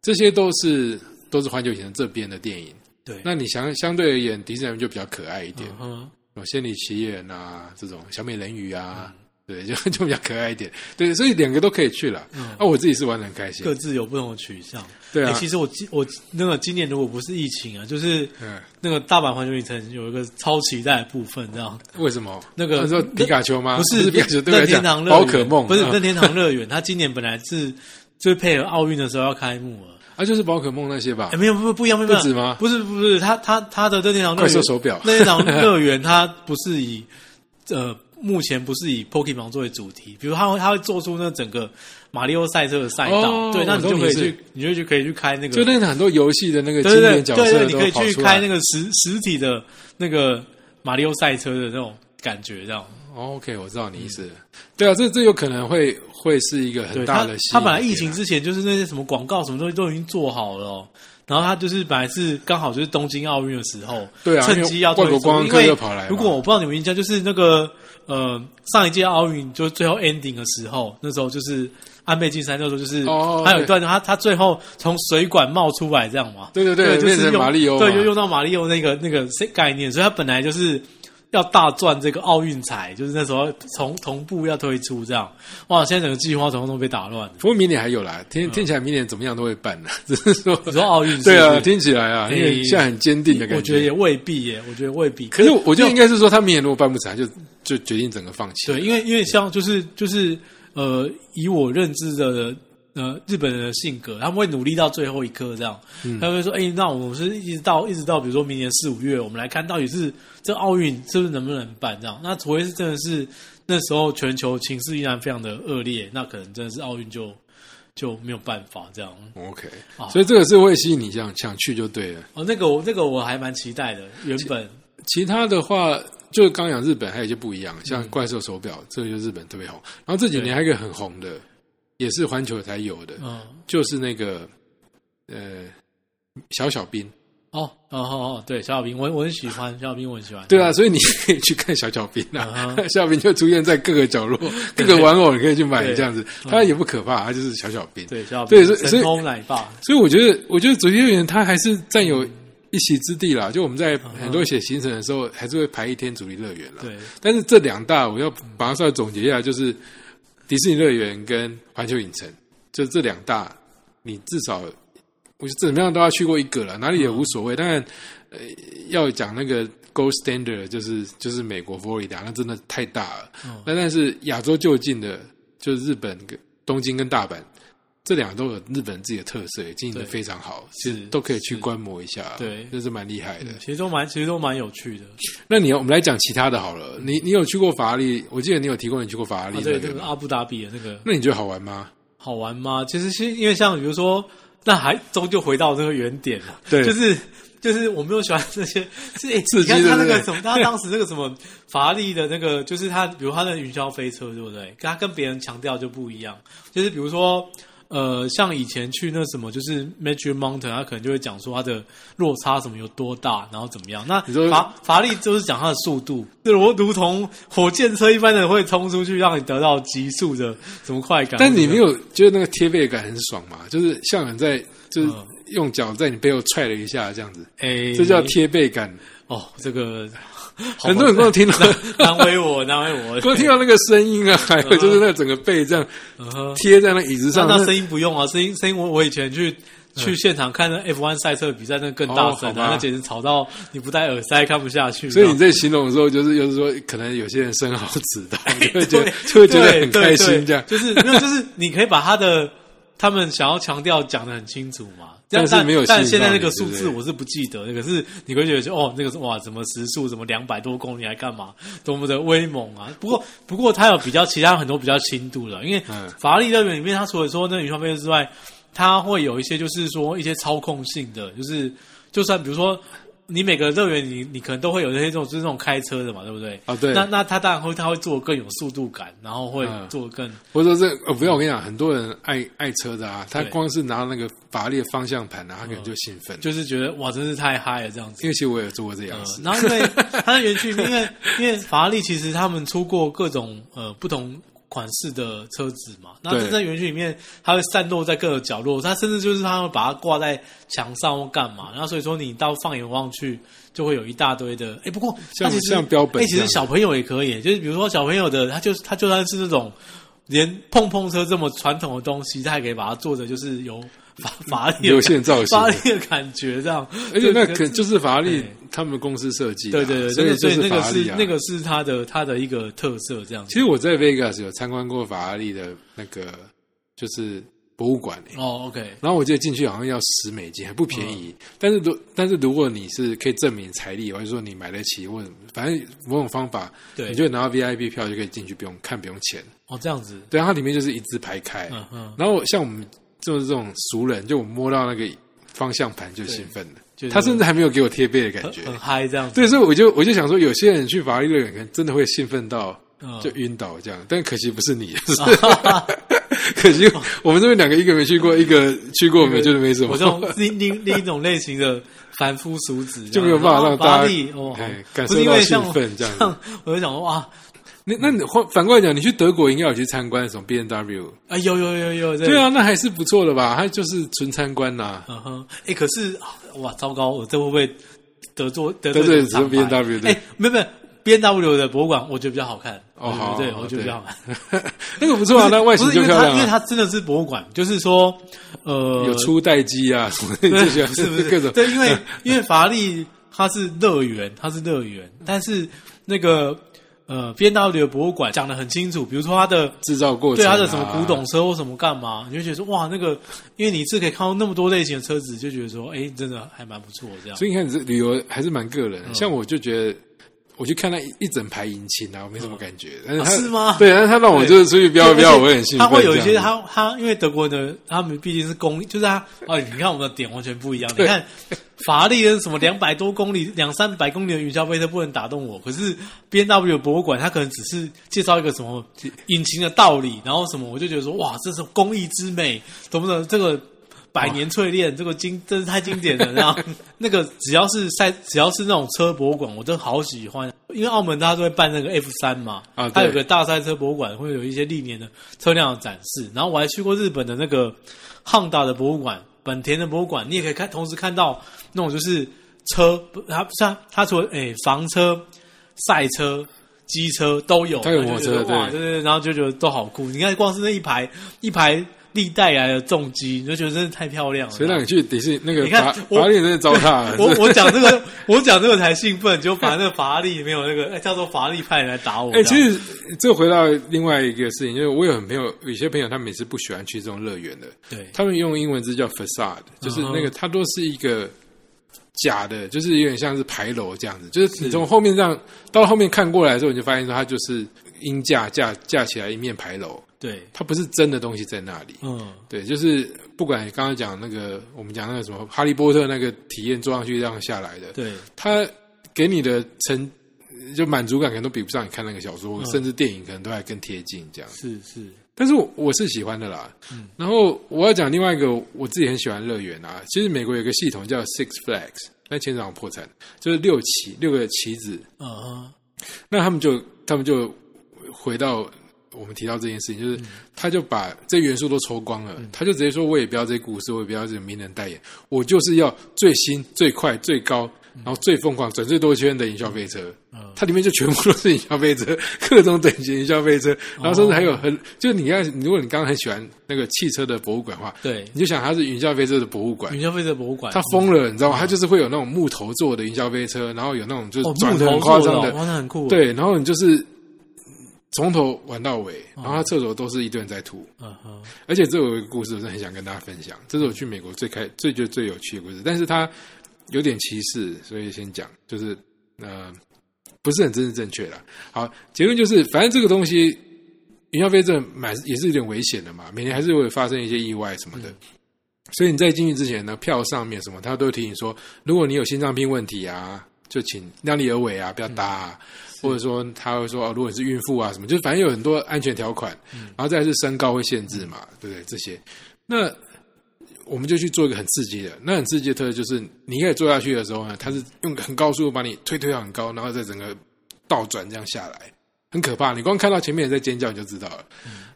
A: 这些都是都是环球影城这边的电影。
B: 对
A: 那你相相对而言，迪士尼就比较可爱一点。
B: 嗯哼
A: 有仙女哦奇缘啊，这种小美人鱼
B: 嗯
A: 啊， 对，就就比较可爱一点。对，所以两个都可以去了。
B: 嗯
A: 啊，我自己是玩的很开心
B: 各。自有不同的取向。
A: 对啊
B: 欸，其实我今我那个今年如果不是疫情啊，就是
A: 嗯，
B: 那个大阪环球影城有一个超期待的部分，这样
A: 为什么？
B: 那个
A: 他说皮卡丘吗？
B: 啊不
A: 是皮卡丘，对我
B: 任
A: 来
B: 天堂
A: 讲，
B: 乐园
A: 宝可梦
B: 不是
A: 嗯
B: 任天堂乐园，它今年本来是最配合奥运的时候要开幕了。
A: 啊，就是宝可梦那些吧
B: 哎，。没有，不不一样，不一样，
A: 不止吗
B: 不是，不是，他他他的任天堂乐
A: 快速
B: 园
A: 手 表
B: 任天堂乐园它不是以呃，目前不是以 Pokemon 作为主题，比如他会他会做出那整个马里奥赛车的赛道，
A: 哦
B: 对，那你
A: 我
B: 就
A: 懂
B: 可
A: 你
B: 以
A: 意思
B: 去，你就去可以去开那个，
A: 就那很多游戏的那个经
B: 对对
A: 典
B: 对
A: 角
B: 对
A: 色
B: 对，你
A: 都
B: 可以
A: 跑
B: 去
A: 出
B: 开
A: 来
B: 那。个实实体的那个马里奥赛车的那种感觉，这样。
A: 哦 OK，我知道你意思了。对啊，这这有可能会会是一个很
B: 嗯对
A: 大
B: 他
A: 的吸引点啊。
B: 他本来疫情之前就是那些什么广告什么东西都已经做好了哦、然后他就是本来是刚好就是东京奥运的时候，
A: 对啊
B: 趁机要
A: 因为外国
B: 推出
A: 观光客
B: 因为
A: 又跑来嘛
B: 如果我不知道你们印象，就是那个呃上一届奥运就是最后 ending 的时候，那时候就是安倍晋三那时候就是
A: 哦
B: 他有一段他他最后从水管冒出来这样嘛，
A: 对对对
B: 就
A: 变
B: 是
A: 成
B: 用
A: 马里奥
B: 对，
A: 嘛
B: 就用到马里奥那个那个概念，所以他本来就是。要大赚这个奥运彩，就是那时候同同步要推出这样，哇！现在整个计划统统都被打乱了。
A: 不过明年还有啦，
B: 嗯
A: 听听起来明年怎么样都会办啦， 只是说
B: 你说奥运是不是
A: 对啊，听起来啊，因为
B: 诶
A: 现在很坚定的感
B: 哎我觉得也未必耶，我觉得未必。
A: 可是我觉得应该是说，他明年如果办不成，他就就决定整个放弃。
B: 对，因为因为像就是就是呃，以我认知的呃日本人的性格，他们会努力到最后一刻，这样，
A: 嗯
B: 他们会说，哎、那我们是一直到一直到比如说明年四五月，我们来看到底是这奥运是不是能不能办这样。那除非是真的是那时候全球情势依然非常的恶劣，那可能真的是奥运就就没有办法这样。
A: OK，、
B: 啊
A: 所以这个是会吸引你想想去就对了。
B: 哦，那个我那个我还蛮期待的，原本
A: 其他的话，就刚讲日本还有一些不一样，像
B: 嗯
A: 怪兽手表，这个就日本特别红。然后这几年还有一个很红的，也是环球才有的，
B: 嗯。
A: 就是那个呃小小兵。
B: 哦，哦哦哦，对，小小兵，我我很喜欢小小兵，我很喜欢。
A: 对啊，所以你 可以去看小小兵啊
B: 嗯，哼
A: 小小兵就出现在各个角落，各个玩偶你可以去买
B: 对嗯
A: 这样子，它也不可怕，它就是小小兵。
B: 对小小
A: 对
B: 兵，
A: 所以所以
B: 神偷奶爸，
A: 所以我觉得，我觉得主题乐园它还是占有一席之地啦。就我们在很多写行程的时候，还是会排一天主题乐园啦。
B: 对，
A: 但是这两大，我要把它稍微总结一下，就是迪士尼乐园跟环球影城，就这两大，你至少我觉得怎么样都要去过一个了，哪里也无所
B: 嗯
A: 谓。当然，呃，要讲那个 gold standard，就是就是美国佛罗里达，那真的太
B: 嗯
A: 大了。那、但是亚洲就近的，就是日本跟东京跟大阪，这两个都有日本自己的特色，也经营的非常好，其实
B: 是
A: 都可以去观摩一下，
B: 对
A: 这是蛮厉害的。
B: 嗯其实都蛮其实都蛮有趣的。
A: 那你要我们来讲其他的好了，你你有去过法拉利？我记得你有提过你去过法拉利
B: 啊，
A: 那
B: 对，
A: 个
B: 那个
A: 吗，
B: 阿布达比的那个
A: 那你觉得好玩吗？
B: 好玩吗？其实是因为像比如说，那还终究回到那个原点了，
A: 对
B: 就是。就是我没有喜欢这些，是诶
A: 刺激
B: 你看他那
A: 对不
B: 个
A: 对
B: 什么，他当时那个什么法拉利的那个，就是他，比如他的云霄飞车，对不对？跟他跟别人强调就不一样，就是比如说，呃，像以前去那什么，就是 Magic Mountain，他可能就会讲说他的落差什么有多大，然后怎么样。那
A: 你说
B: 法法拉利就是讲它的速度，对，我如同火箭车一般的会冲出去，让你得到极速的什么快感。
A: 但你
B: 或者
A: 没有觉得那个贴背感很爽吗？就是像人在就是
B: 嗯
A: 用脚在你背后踹了一下这样子，
B: 哎，
A: 这叫贴背 感。
B: 哦，这 个
A: 很多人跟我听到，
B: 难为我，难为我。
A: 跟我听到那个声音啊，还有就是那整个背这样
B: 嗯哼
A: 贴在那椅子
B: 那
A: 上，
B: 那
A: 那嗯
B: 声音不用啊，声音声音我我以前去去现场看那 F1 赛车比赛，那更大声
A: 哦好
B: 啊，
A: 吧
B: 那简直吵到你不戴耳塞看不下去。
A: 所以你
B: 这
A: 在形容的时候，就是就是说，可能有些人生好子弹，就会觉得
B: 哎对
A: 就会觉得
B: 对
A: 很
B: 对
A: 开
B: 对
A: 心这样。
B: 就是没有，就是你可以把他的他们想要强调讲的很清楚 嘛。
A: 但是没有吸
B: 但
A: 引
B: 现在
A: 到
B: 那
A: 你
B: 个
A: 对
B: 数
A: 不
B: 字
A: 对
B: 我是不记得的，可是你会觉得说哦，那个是哇，怎么时速怎么两百多公里来干嘛？多么的威猛啊！不过不过它有比较其他很多比较轻度的，因为
A: 嗯
B: 法拉利乐园里面，它除了说那个云霄飞车之外，它会有一些就是说一些操控性的，就是就算比如说。你每个乐园你，你可能都会有一些这种，就是那种开车的嘛，对不对？
A: 哦对
B: 那那它当然会，它会做得更有速度感，然后会
A: 嗯
B: 做得更
A: 或者说这呃，不要我跟你讲，很多人爱爱车的啊，他
B: 对嗯
A: 光是拿那个法拉利的方向盘啊，他可能就兴奋。
B: 就是觉得哇，真是太嗨了这样子。
A: 因为其实我也做过这样
B: 呃
A: 子，
B: 然后因为它的园区，因为因为法拉利其实他们出过各种呃不同款式的车子嘛，那
A: 对
B: 这在园区里面，它会散落在各个角落，它甚至就是它会把它挂在墙上或干嘛，然后所以说你到放眼望去，就会有一大堆的。哎，不过
A: 像
B: 它其实
A: 像标本
B: 哎，其
A: 这
B: 实
A: 样
B: 小朋友也可以，就是比如说小朋友的，他就他就算是那种连碰碰车这么传统的东西，他也可以把它做的就是有法法拉利的
A: 流线嗯造型
B: 法拉利的感觉这样，
A: 而且那可
B: 就
A: 就是法拉利
B: 对
A: 他们公司设计的啊，
B: 对对对，
A: 所
B: 那
A: 以
B: 个所
A: 就
B: 以那
A: 法
B: 个
A: 拉
B: 是
A: 利啊。
B: 那个是它的它的一个特色这样子。
A: 其实我在 Vegas 有参观过法拉利的那个就是博物馆诶，
B: 哦，OK，
A: 然后我记得进去好像要十美金，还不便宜。
B: 嗯
A: 但是如但是如果你是可以证明财力，或者说你买得起，或者反正某种方法，
B: 对
A: 你就拿到 VIP 票就可以进去，不用看，不用钱。
B: 哦这样子，
A: 对，它里面就是一字排开。
B: 嗯嗯，
A: 然后像我们就是这种熟人，就我摸到那个方向盘就兴奋
B: 就
A: 了，
B: 是
A: 他甚至还没有给我贴背的感
B: 很
A: 觉。
B: 很嗨这样子。
A: 对，所以我就我就想说，有些人去法律乐园可能真的会兴奋到
B: 嗯
A: 就晕倒这样，但可惜不是 你，就是可惜我们这边两个一个没去 过，一个去过，我们就是没什么，
B: 我这种 另另另一种类型的凡夫俗子，
A: 就没有办法让大
B: 巴
A: 家
B: 力哦，好
A: 哎感
B: 不
A: 受
B: 是因
A: 到
B: 为
A: 兴
B: 像
A: 奋这样子。
B: 像 我就想说哇，
A: 那那你换反过来讲，你去德国应该有去参观什么 B N W？
B: 啊有有有有，这个
A: 对啊，那还是不错的吧？它就是纯参观呐、
B: 嗯哼，哎，可是啊哇，糟糕，我这会不会得罪得
A: 得罪
B: 什么厂牌
A: 只是 B&W 对
B: 哎，没有没有，B N W 的博物馆我觉得比较好看，
A: 哦好
B: 我觉得对，
A: 好
B: 我觉得比较好看。
A: 那个不错啊，那外形
B: 不是
A: 就
B: 因为
A: 漂
B: 它，
A: 亮
B: 因为
A: 啊，
B: 它真的是博物馆，就是说，呃，
A: 有初代机 啊什么的，这些
B: 不是不是
A: 各种
B: 对，因为因为法拉利它是乐园，它是乐园，但是那个呃 B N W 的博物馆讲的很清楚，比如说它的。
A: 制造过程、
B: 对
A: 啊，
B: 它的什么古董车或什么干嘛，你就觉得说哇，那个，因为你一次可以看到那么多类型的车子，就觉得说，哎、真的还蛮不错这样。
A: 所以你看，这旅游还是蛮个人。
B: 嗯
A: 像我就觉得，我去看那一一整排引擎啊，我没什么感觉。但是他、
B: 啊是吗
A: 对，但是他让我
B: 对
A: 就是出去飙一飙，
B: 对
A: 我会很兴奋。
B: 他会有一些
A: 这样子
B: 他他，因为德国的他们毕竟是公，就是他哦，你看我们的点完全不一样。
A: 对
B: 你看法拉利的什么两百多公里、两三百公里的云霄飞车不能打动我，可是 B N W 博物馆它可能只是介绍一个什么引擎的道理，然后什么，我就觉得说哇，这是工艺之美，懂不懂？这个。百年淬炼，这个
A: 哦
B: 经真是太经典了。然 后那个只要是赛，只要是那种车博物馆，我都好喜欢。因为澳门它都会办那个 F 三嘛，
A: 啊
B: 它有
A: 对
B: 个大赛车博物馆会有一些历年的车辆的展示，然后我还去过日本的那个 Honda 的博物馆、本田的博物馆，你也可以看同时看到那种就是车，不它它它除了诶、房车、赛车。机车都有，
A: 它有
B: 然后就
A: 摩托车
B: 觉得哇
A: 对
B: 对对，对然后就觉得都好酷。你看，光是那一排一排历代来的重击，你就觉得真的太漂亮了。
A: 谁让你去迪士尼那个
B: 你看
A: 法
B: 我
A: 法力真的糟蹋了？
B: 我
A: 这
B: 我讲这个，我讲这个才兴奋，就把那个法拉利没有那个，哎，叫做法拉利派人来打我。
A: 哎、
B: 这
A: 其
B: 样
A: 实这回到另外一个事情，就是我有很朋友，有些朋友他们也是不喜欢去这种乐园的，
B: 对，
A: 他们用英文字叫 facade，就是那个
B: 嗯
A: 它都是一个假的，就是有点像是牌楼这样子，就是你从后面这样到后面看过来的时候，你就发现说它就是鹰架架架起来一面牌楼，
B: 对，
A: 它不是真的东西在那里。
B: 嗯，
A: 对，就是不管刚刚讲那个，我们讲那个什么《哈利波特》那个体验坐上去这样下来的，
B: 对，
A: 它给你的成就满足感可能都比不上你看那个小
B: 嗯
A: 说，甚至电影可能都还更贴近这样。
B: 是是，
A: 但是我我是喜欢的啦。然后我要讲另外一个我自己很喜欢的乐园啊，其实美国有个系统叫 Six Flags，那前场破产就是六旗六个旗子，
B: 嗯哼，
A: 那他们就他们就回到我们提到这件事情，就是他就把这元素都抽光
B: 嗯
A: 了，他就直接说我也不要这故事，我也不要这名人代言，我就是要最新、最快、最高。然后最疯狂转最多圈的营销飞车，
B: 嗯
A: 它里面就全部都是营销飞车， 各种等级营销飞
B: 哦
A: 车，然后甚至还有很，就你看，如果你刚刚很喜欢那个汽车的博物馆的话，
B: 对，
A: 你就想它是云霄飞车的博物馆，
B: 云霄飞车博物馆，
A: 它疯了，你知道吗？它就是会有那种木头做的云霄飞车，然后有那种就是
B: 哦，
A: 转
B: 木
A: 的很
B: 头
A: 夸
B: 做的
A: 张
B: 哦，
A: 的，
B: 哇，那很酷。，
A: 对，然后你就是从头玩到尾，然后他厕所都是一顿在吐，
B: 嗯哼，
A: 而且这有一个故事，我真的很想跟大家分享。这是我去美国最开最觉得最有趣的故事，但是它有点歧视，所以先讲，就是呃，不是很真正正确啦。好，结论就是，反正这个东西，云霄飞车蛮也是有点危险的嘛，每年还是会发生一些意外什么的。所以你在进去之前呢，票上面什么，他都会提醒说，如果你有心脏病问题啊，就请量力而为啊，不要搭、啊。或者说他会说哦，如果你是孕妇啊什么，就是反正有很多安全条款，然后再来是身高会限制嘛，对不对？这些，那我们就去做一个很刺激的，那很刺激的特色就是你一开始坐下去的时候呢，它是用很高速度把你推推到很高，然后再整个倒转这样下来，很可怕。你光看到前面人在尖叫你就知道了。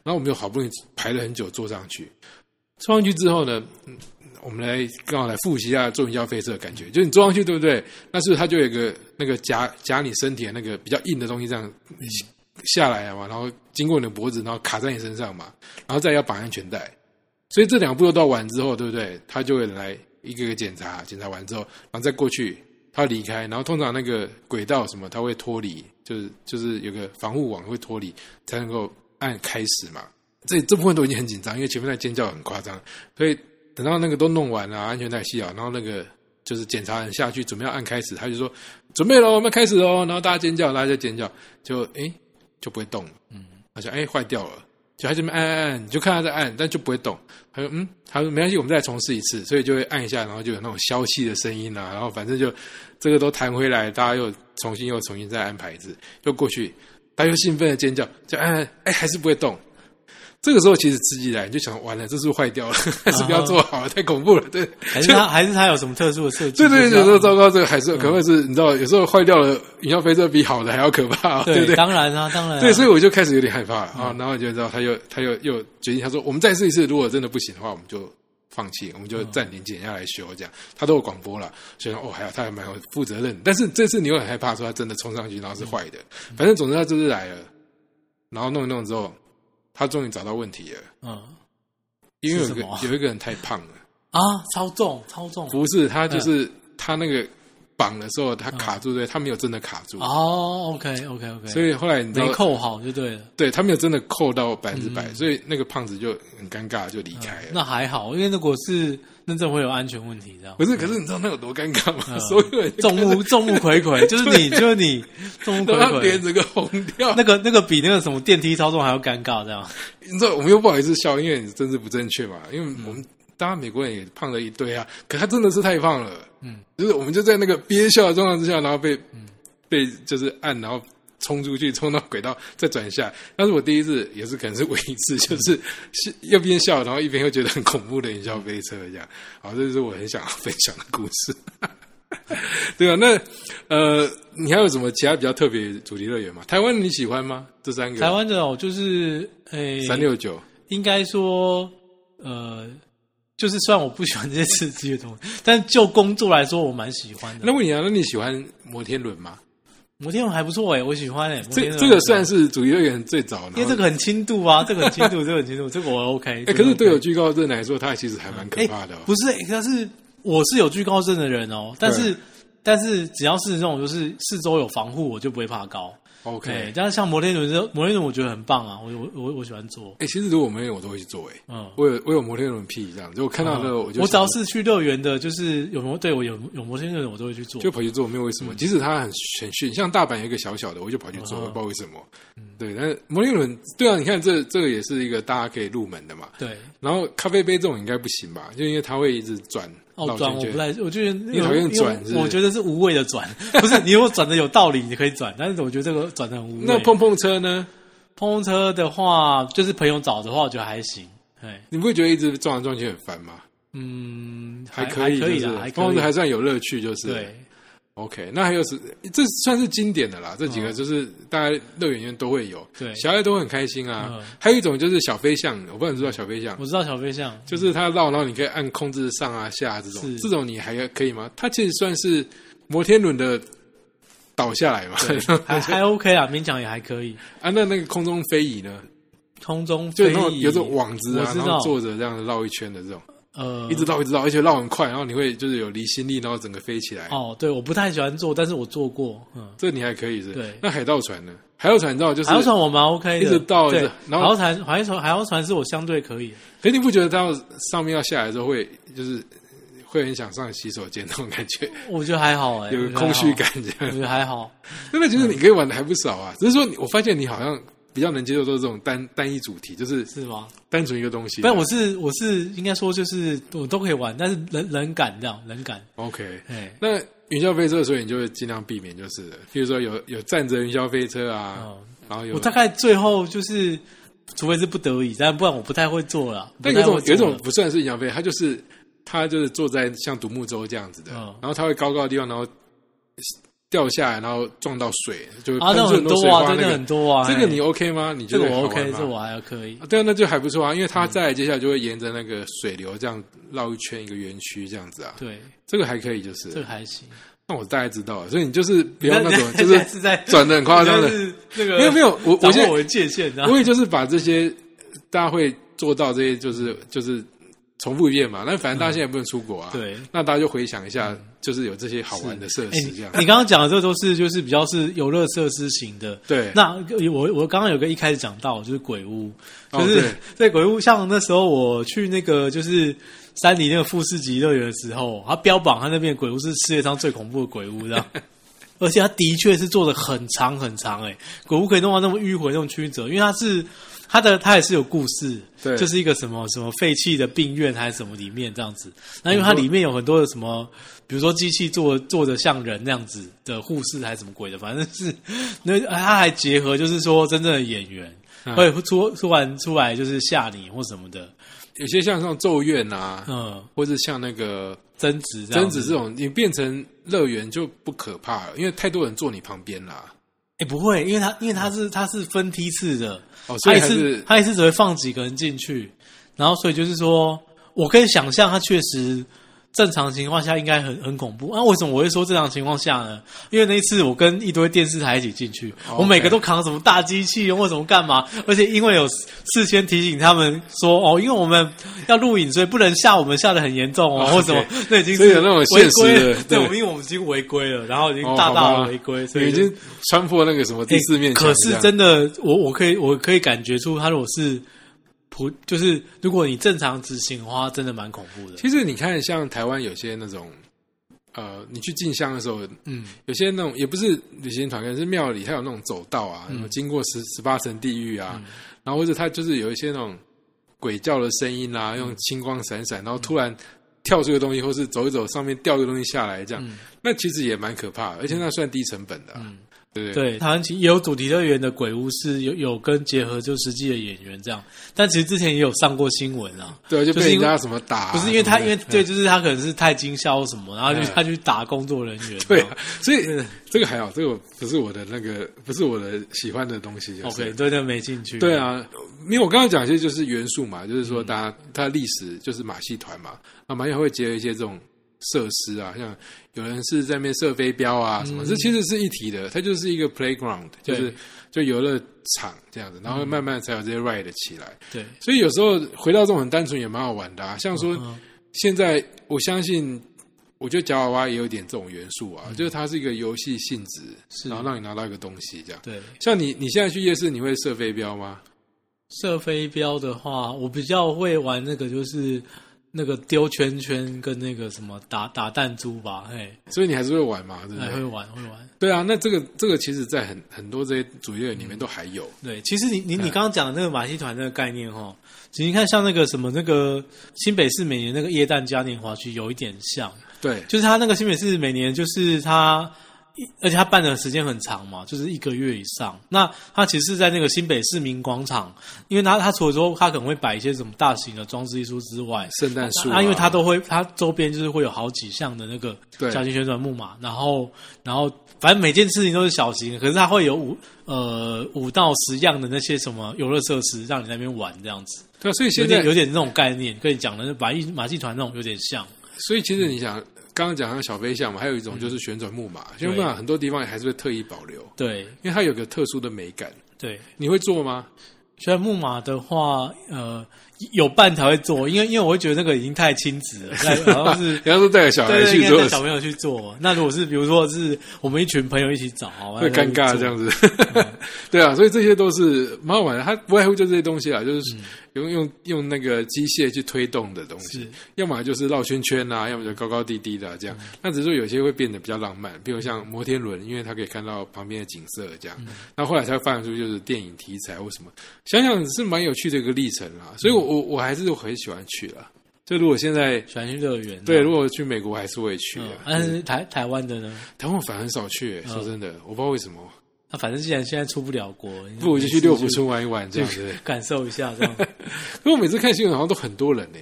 A: 然后我们就好不容易排了很久坐上去，坐上去之后呢，嗯我们来刚好来复习一下坐云霄飞车的感觉。就是你坐上去对不对？那是不是它就有一个那个夹夹你身体的那个比较硬的东西这样下来了嘛，然后经过你的脖子，然后卡在你身上嘛，然后再要绑安全带。所以这两步都到完之后，对不对？他就会来一个个检查，检查完之后，然后再过去，他离开，然后通常那个轨道什么，他会脱离，就是就是有个防护网会脱离，才能够按开始嘛。这这部分都已经很紧张，因为前面在尖叫很夸张，所以等到那个都弄完了、安全带系好，然后那个就是检查人下去准备要按开始，他就说准备喽，我们开始哦喽，然后大家尖叫，大家就尖叫，就诶就不会动了。嗯，他想诶坏掉了，就他这边按按按，你就嗯看他在按，但就不会动。他说嗯，他说没关系，我们再重试一次，所以就会按一下，然后就有那种消气的声音啊，然后反正就这个都弹回来，大家又重新又重新再安排一次，又过去，大家又兴奋的尖叫，就按按按哎还是不会动。这个时候其实刺激来，你就想完了，这是不是坏掉了？ 还是不要做好了，太恐怖了，对。
B: 还是他还是他有什么特殊的设计？
A: 对对，有
B: 就是
A: 时
B: 让
A: 候糟糕，这个还是可能会是，你知道，有时候坏掉了，云霄飞车比好的还要可怕，对不
B: 对，
A: 对？
B: 当然嗯啊，当然啊，
A: 对，所以我就开始有点害怕了啊，然后就知道他又他又又决定，他说我们再试一次，如果真的不行的话，我们就放弃，我们就暂停减下来修这样。他都有广播了，所以说哦，还好他还蛮有负责任，但是这次你又很害怕，说他真的冲上去然后是坏的，
B: 嗯
A: 反正总之他这次来了，然后弄一弄之后，他终于找到问题了，
B: 嗯
A: 因为有一
B: 是
A: 个
B: 什么
A: 有一个人太胖了。
B: 啊，超重超重
A: 不是，他
B: 嗯
A: 就是、他那个绑的时候，他卡住，对，他没有真的卡住，
B: 哦，OK OK OK，
A: 所以后来你知
B: 没
A: 道，
B: 扣好就对了。
A: 对他没有真的扣到百分之百，所以那个胖子就很尴尬，就离开了。
B: 那还好，因为如果是那真的会有安全问题，这样
A: 不是，可是你知道那有多尴尬
B: 嗯
A: 吗？所有人
B: 众目众 目睽睽，就是你就是你众目
A: 都
B: 睽
A: 让脸
B: 睽，
A: 整个红掉。
B: 那个那个比那个什么电梯操纵还要尴尬，这样
A: 你知道，我们又不好意思笑，因为你政治不正确嘛，因为我们。
B: 嗯
A: 大家美国人也胖了一堆啊，可他真的是太胖了，嗯，就是我们就在那个憋笑的状况之下，然后被、
B: 嗯
A: 被就是按，然后冲出去，冲到轨道，再转下来。那是我第一次，也是可能是唯一一
B: 嗯
A: 次，就是是又边笑，然后一边又觉得很恐怖的云霄飞车这样。好，这就是我很想要分享的故事。 对啊，那呃，你还有什么其他比较特别的主题乐园吗？台湾你喜欢吗？这三
B: 台
A: 个
B: 湾的哦，就是诶，
A: 啊三六九
B: 应该说，呃，就是虽然我不喜欢这些刺激的东西，但就工作来说，我蛮喜欢的。
A: 那问你啊，那你喜欢摩天轮吗？
B: 摩天轮还不错哎、我喜欢哎、摩天
A: 这
B: 轮
A: 这个
B: 很喜
A: 算
B: 欢
A: 是主题乐园最早，
B: 因为这
A: 个
B: 个很轻度啊，这个很轻度，这个很轻度，这个我 OK
A: 哎，
B: 这个 OK。
A: 可是对有惧高症来说，它其实还蛮可
B: 哎，
A: 怕的哦。
B: 不是、欸，可是我是有惧高症的人哦、但是但是只要是那种就是四周有防护，我就不会怕高。对，
A: OK，
B: 但是像摩天轮这摩天轮，我觉得很棒啊，我我我我喜欢坐。
A: 哎，其实如果我们有我都会去做，哎，
B: 嗯，
A: 我有我有摩天轮屁这样，就我看到的我就
B: 哦我只要
A: 想
B: 是去乐园的，就是有摩对我有有摩天轮，我都会去坐。
A: 就跑去做，没有为什么。即使它很很逊，像大阪有一个小小的，我就跑去做，
B: 嗯
A: 我不知道为什么。对，但是摩天轮，对啊，你看这这个也是一个大家可以入门的嘛。
B: 对，
A: 然后咖啡杯这种应该不行吧？就因为它会一直转
B: 哦
A: 绕圈
B: 转我
A: 圈
B: 不太，我觉得你
A: 你讨厌转是不是
B: 我觉得是无谓的转，不是你如果转的有道理，你可以转，但是我觉得这个转的很无味。
A: 那碰碰车呢？
B: 碰碰车的话，就是朋友找的话，我觉得还行。哎，
A: 你不会觉得一直撞来撞去很烦吗？
B: 嗯，
A: 还
B: 可
A: 以，
B: 可以
A: 就
B: 的，
A: 是
B: 还可
A: 碰碰
B: 以
A: 车还算有乐趣，就是
B: 对。
A: OK，那还有是这算是经典的啦，这几个就是大家乐园院都会有，
B: 嗯对
A: 小孩都很开心啊
B: 嗯。
A: 还有一种就是小飞象，我不知道你知道小飞象，
B: 我知道小飞象，
A: 就是它绕，然后你可以按控制上啊下啊这种
B: 是，
A: 这种你还可以吗？它其实算是摩天轮的倒下来嘛，
B: 还还 OK 啊，勉强也还可以。
A: 啊，那那个空中飞椅呢，
B: 空中
A: 就
B: 飞
A: 有那种
B: 椅
A: 有种网子
B: 我
A: 啊，
B: 知
A: 然
B: 道
A: 后，坐着这样绕一圈的这种，
B: 呃，
A: 一直绕一直绕，而且绕很快，然后你会就是有离心力，然后整个飞起来。
B: 哦，对，我不太喜欢坐，但是我坐过，嗯，
A: 这你还可以是不是？
B: 对
A: 那海盗船呢？海盗船你知道就是
B: 海，盗船我蛮 OK 的，
A: 一直到
B: 对，
A: 然
B: 海
A: 后
B: 盗船海盗船海盗船是我相对可以的，
A: 可是你不觉得到上面要下来的时候会就是会很想上洗手间那种感觉，
B: 我觉得还好哎，
A: 有
B: 我
A: 个
B: 觉得还好
A: 空虚，感这样
B: 我。 觉得还好，
A: 真的，其实你可以玩的还不少啊，只是说你我发现你好像比较能接受到这种单单一主题，就是
B: 是吗？
A: 单纯一个东西。
B: 但我是我是应该说就是我都可以玩，但是人人感这样人感，
A: OK，
B: 哎，
A: 那云霄飞车的时候，你就会尽量避免，就是了比如说有有站着云霄飞车啊，
B: 哦
A: 然后有
B: 我大概最后就是，除非是不得已，但不然我不太会坐了。
A: 但有一
B: 不
A: 种
B: 太
A: 有
B: 会
A: 一
B: 坐
A: 种
B: 了
A: 不算是云霄飞，它就是它就是坐在像独木舟这样子的，
B: 嗯
A: 然后它会高高的地方，然后掉下来，然后撞到水，就会
B: 啊，
A: 喷
B: 那
A: 出
B: 种很
A: 多
B: 多
A: 水
B: 啊，
A: 花
B: 真
A: 那
B: 的
A: 个。
B: 很多啊。
A: 这个你
B: 哎
A: OK 吗？你觉
B: 这
A: 得
B: 个我
A: 好玩
B: OK，
A: 吗
B: 这我嗯还可以。
A: 啊对啊，那就还不错啊，因为它再来接下来就会沿着那个水流这样绕一圈一个园区这样子啊，
B: 对，
A: 这个还可以，就
B: 这
A: 是
B: 个还行。
A: 那我大概知道了，所以你就是不要那 种
B: 你
A: 就是
B: 现在是在
A: 转的很夸张的，
B: 是那个
A: 没有没
B: 有，
A: 有，我
B: 掌
A: 我
B: 握
A: 现
B: 我
A: 在
B: 的界限啊。
A: 我也就是把这些大家会做到这些就是就是重复一遍嘛，那反正大家现在也不能出国啊，
B: 对，
A: 那大家就回想一下，就是有这些好玩的设
B: 嗯哎，
A: 施
B: 你
A: 这样，
B: 你刚刚讲的这都是就是比较是游乐设施型的。
A: 对，
B: 那我我刚刚有个一开始讲到就是鬼屋，
A: 哦
B: 就是
A: 对
B: 在鬼屋，像那时候我去那个就是山里那个富士吉乐园的时候，它标榜它那边的鬼屋是世界上最恐怖的鬼屋，这 样。而且它的确是做的很长很长、欸，鬼屋可以弄到那么迂回、那么曲折，因为它是它的它也是有故事，
A: 对
B: 就是一个什么什么废弃的病院还是什么里面这样子。那因为它里面有很多的什么，比如说机器做做的像人那样子的护士还是什么鬼的，反正是那啊它还结合就是说真正的演员。
A: 嗯
B: 会出突然出来就是吓你或什么的，
A: 有些像像咒怨啊，
B: 嗯，
A: 或是像那个
B: 贞子这样
A: 贞
B: 子
A: 子这种，你变成乐园就不可怕了，因为太多人坐你旁边啦。
B: 哎、不会，因为他因为他是他是分梯次的，
A: 哦，所
B: 他
A: 以
B: 一
A: 还
B: 次
A: 是
B: 他一次只会放几个人进去，然后所以就是说我可以想象他确实正常情况下应该很很恐怖啊。为什么我会说正常情况下呢？因为那一次我跟一堆电视台一起进去，
A: 哦
B: 我每个
A: OK
B: 都扛什么大机器或什么干嘛，而且因为有事先提醒他们说哦，因为我们要录影，所以不能吓我们吓得很严重哦，
A: 哦
B: 或什么
A: OK，
B: 那已经
A: 所以有
B: 是
A: 那种
B: 违
A: 现
B: 规
A: 实的
B: 对，我
A: 对
B: 们因为我们已经违规了，然后已经
A: 哦
B: 大
A: 好吧
B: 大的违规，所以
A: 你已
B: 就
A: 经穿破那个什么第四面墙
B: 哎可
A: 这
B: 是
A: 样。
B: 真的，我我可以我可以感觉出，他如果是普，就是如果你正常执行的话，真的蛮恐怖的。
A: 其实你看，像台湾有些那种，呃，你去进香的时候，
B: 嗯，
A: 有些那种也不是旅行团，可能是庙里它有那种走道啊，
B: 嗯
A: 什么经过十十八层地狱啊，然后或者它就是有一些那种鬼叫的声音
B: 嗯
A: 啊，用星光闪闪，然后突然跳出一个东西，或是走一走上面掉一个东西下来，这
B: 嗯
A: 样，那其实也蛮可怕的，而且那算低成本的啊、对不对？
B: 对，台湾其也有主题乐园的鬼屋是有有跟结合就实际的演员这样，但其实之前也有上过新闻啊。
A: 对，就
B: 就是
A: 被
B: 因
A: 人
B: 为
A: 家什么打啊、
B: 不是因为他，嗯
A: 什
B: 因
A: 么的
B: 为对，就是他可能是太经销什么，然后就
A: 嗯
B: 他去打工作人员。
A: 对啊，所以这个还好，这个不是我的那个，不是我的喜欢的东西、就是。
B: ，OK，对，那没进去。
A: 对，啊，因为我刚刚讲一些就是元素嘛，就是说大家它历史就是马戏团嘛，那马戏团会结合一些这种设施啊，像有人是在那边射飞镖啊什么，这其实是一体的，它就是一个 playground，就是
B: 嗯对嗯
A: 就游乐场这样子，然后慢慢才有这些 ride 起来。
B: 对，
A: 所以有时候回到这种很单纯也蛮好玩的啊，像说
B: 嗯
A: 现在我相信，我觉得夹娃娃也有点这种元素啊，就是它是一个游戏性质，
B: 嗯是
A: 然后让你拿到一个东西这样。
B: 对，
A: 像你你现在去夜市，你会射飞镖吗？
B: 射飞镖的话，我比较会玩那个，就是那个丢圈圈跟那个什么打打弹珠吧，嘿，
A: 所以你还是会玩嘛，对不
B: 哎，
A: 对？
B: 会玩会玩。
A: 对啊，那这个这个其实，在很很多这些主页里面都还有，
B: 对，其实你你你刚刚讲的那个马戏团那个概念哦，其实你看像那个什么那个新北市每年那个夜诞嘉年华区有一点像，
A: 对
B: 就是他那个新北市每年就是他，而且他办的时间很长嘛，就是一个月以上。那他其实是在那个新北市民广场，因为他他除了说他可能会摆一些什么大型的装置艺术之外，
A: 圣诞树
B: 啊，因为他都会，他周边就是会有好几项的那个
A: 对
B: 小型旋转木马，然后然后反正每件事情都是小型，可是它会有五呃五到十样的那些什么游乐设施让你在那边玩这样子，
A: 对啊，所以
B: 有
A: 现在
B: 点有点那种概念，跟你讲的马戏马戏团那种有点像，
A: 所以其实你想，刚刚讲到小飞象嘛，还有一
B: 嗯
A: 种就是旋转木马，旋转木马很多地方还是会特意保留，
B: 对
A: 因为它有个特殊的美感。
B: 对。
A: 你会做吗？
B: 旋转木马的话，呃，有伴才会做，因为因为我会觉得那个已经太亲子 了，那好像是
A: 你要是带着小孩
B: 对对，
A: 去
B: 应该
A: 做
B: 带，小朋友去做。那如果是比如说是我们一群朋友一起找，
A: 会尴尬这样
B: 样。
A: 子。
B: 嗯
A: 对啊，所以这些都是蛮好玩的。它不外乎就这些东西啊，就是
B: 嗯
A: 用用用那个机械去推动的东西
B: 是，嗯
A: 要么就是绕圈圈啊，要么就高高低低的、啊、这样。那只是说有些会变得比较浪漫，比如像摩天轮，因为它可以看到旁边的景色这
B: 嗯
A: 样。那后来才发展出就是电影题材或什么，想想是蛮有趣的一个历程啦。所以我
B: 嗯
A: 我我还是很喜欢去啦。就如果现在。
B: 喜欢去乐园啊。
A: 对，如果去美国我还是会去的啊
B: 嗯，，但是台台湾的呢？
A: 台湾反而很少去、欸。说真的，我不知道为什么，
B: 那反正既然现在出不了国，
A: 不如就去六福
B: 出
A: 村玩一玩这样子。
B: 感受一下 这样。
A: 可我每次看新闻好像都很多人呢、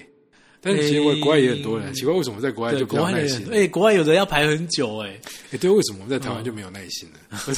A: 但是其实我国外也很多人，
B: 诶
A: 奇怪为什么在国外
B: 对，
A: 就比
B: 国
A: 较
B: 外
A: 耐
B: 的
A: 心
B: 人，？哎，国外有的要排很久 哎。
A: 诶对，为什么我们在台湾就没有耐心呢？
B: 嗯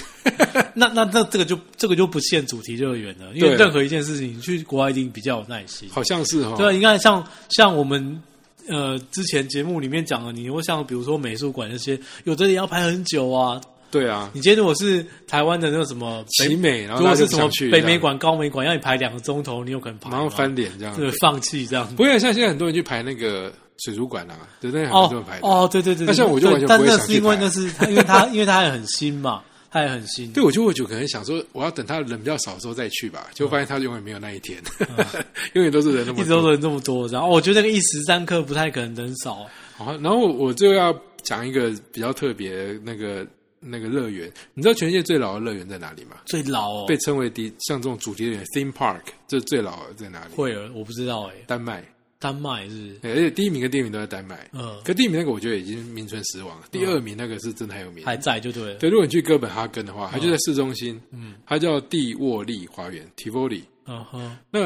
B: 那那那这个就这个就不限主题乐园了，因为
A: 对
B: 任何一件事情，你去国外一定比较有耐心。
A: 好像是哈，
B: 对啊，你看像像我们呃之前节目里面讲的，你会像比如说美术馆那些，有的也要排很久啊。
A: 对啊，
B: 你今天如果是台湾的那个什么
A: 奇
B: 北，
A: 美，然后
B: 如果
A: 大家就
B: 是
A: 不
B: 什么
A: 想去
B: 北美，馆、高美馆，让你排两个钟头，你有可能排
A: 这样马上
B: 吗
A: 翻脸这样。
B: 对，放弃这样子。
A: 不会像现在很多人去排那个水族馆啊，对，那很多
B: 哦
A: 人排的。
B: 哦，对对对，
A: 那像我就
B: 对
A: 完全
B: 但
A: 不会
B: 那
A: 想
B: 是
A: 去
B: 因为
A: 排
B: 那是他因为他因为他还很新嘛，他还很新。
A: 对，我就会就可能想说，我要等他人比较少的时候再去吧，就发现他永远没有那一天，
B: 啊
A: 永远都是人那
B: 一
A: 么
B: 直都
A: 多。
B: 人这么多，然后、哦我觉得那个一时三刻不太可能人少。
A: 好，然后我就要讲一个比较特别的那个那个乐园，你知道全世界最老的乐园在哪里吗？
B: 最老哦，
A: 被称为第像这种主题乐园 theme park，这最老的在哪里？
B: 惠尔我不知道哎，
A: 丹麦，
B: 丹麦是
A: 对而且第一名跟第二名都在丹麦。
B: 嗯
A: 可第一名那个我觉得已经名存实亡了，第二名那个是真的很有名。
B: 还在就对了。
A: 对，如果你去哥本哈根的话，它就在市中心，嗯，它叫蒂沃利花园 （Tivoli）。
B: 嗯哼，
A: 那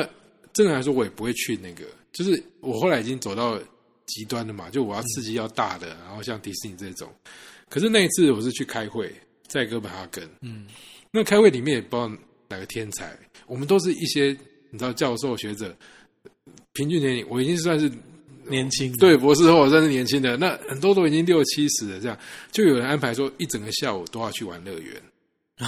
A: 正常来说，我也不会去那个，就是我后来已经走到极端了嘛，就我要刺激要大的，然后像迪士尼这种。可是那一次我是去开会，在哥本哈根，嗯，那开会里面也不知道哪个天才，我们都是一些你知道教授学者，平均年龄我已经算是
B: 年轻
A: 对博士后算是年轻的，那很多都已经六七十了，这样就有人安排说一整个下午都要去玩乐园。 然后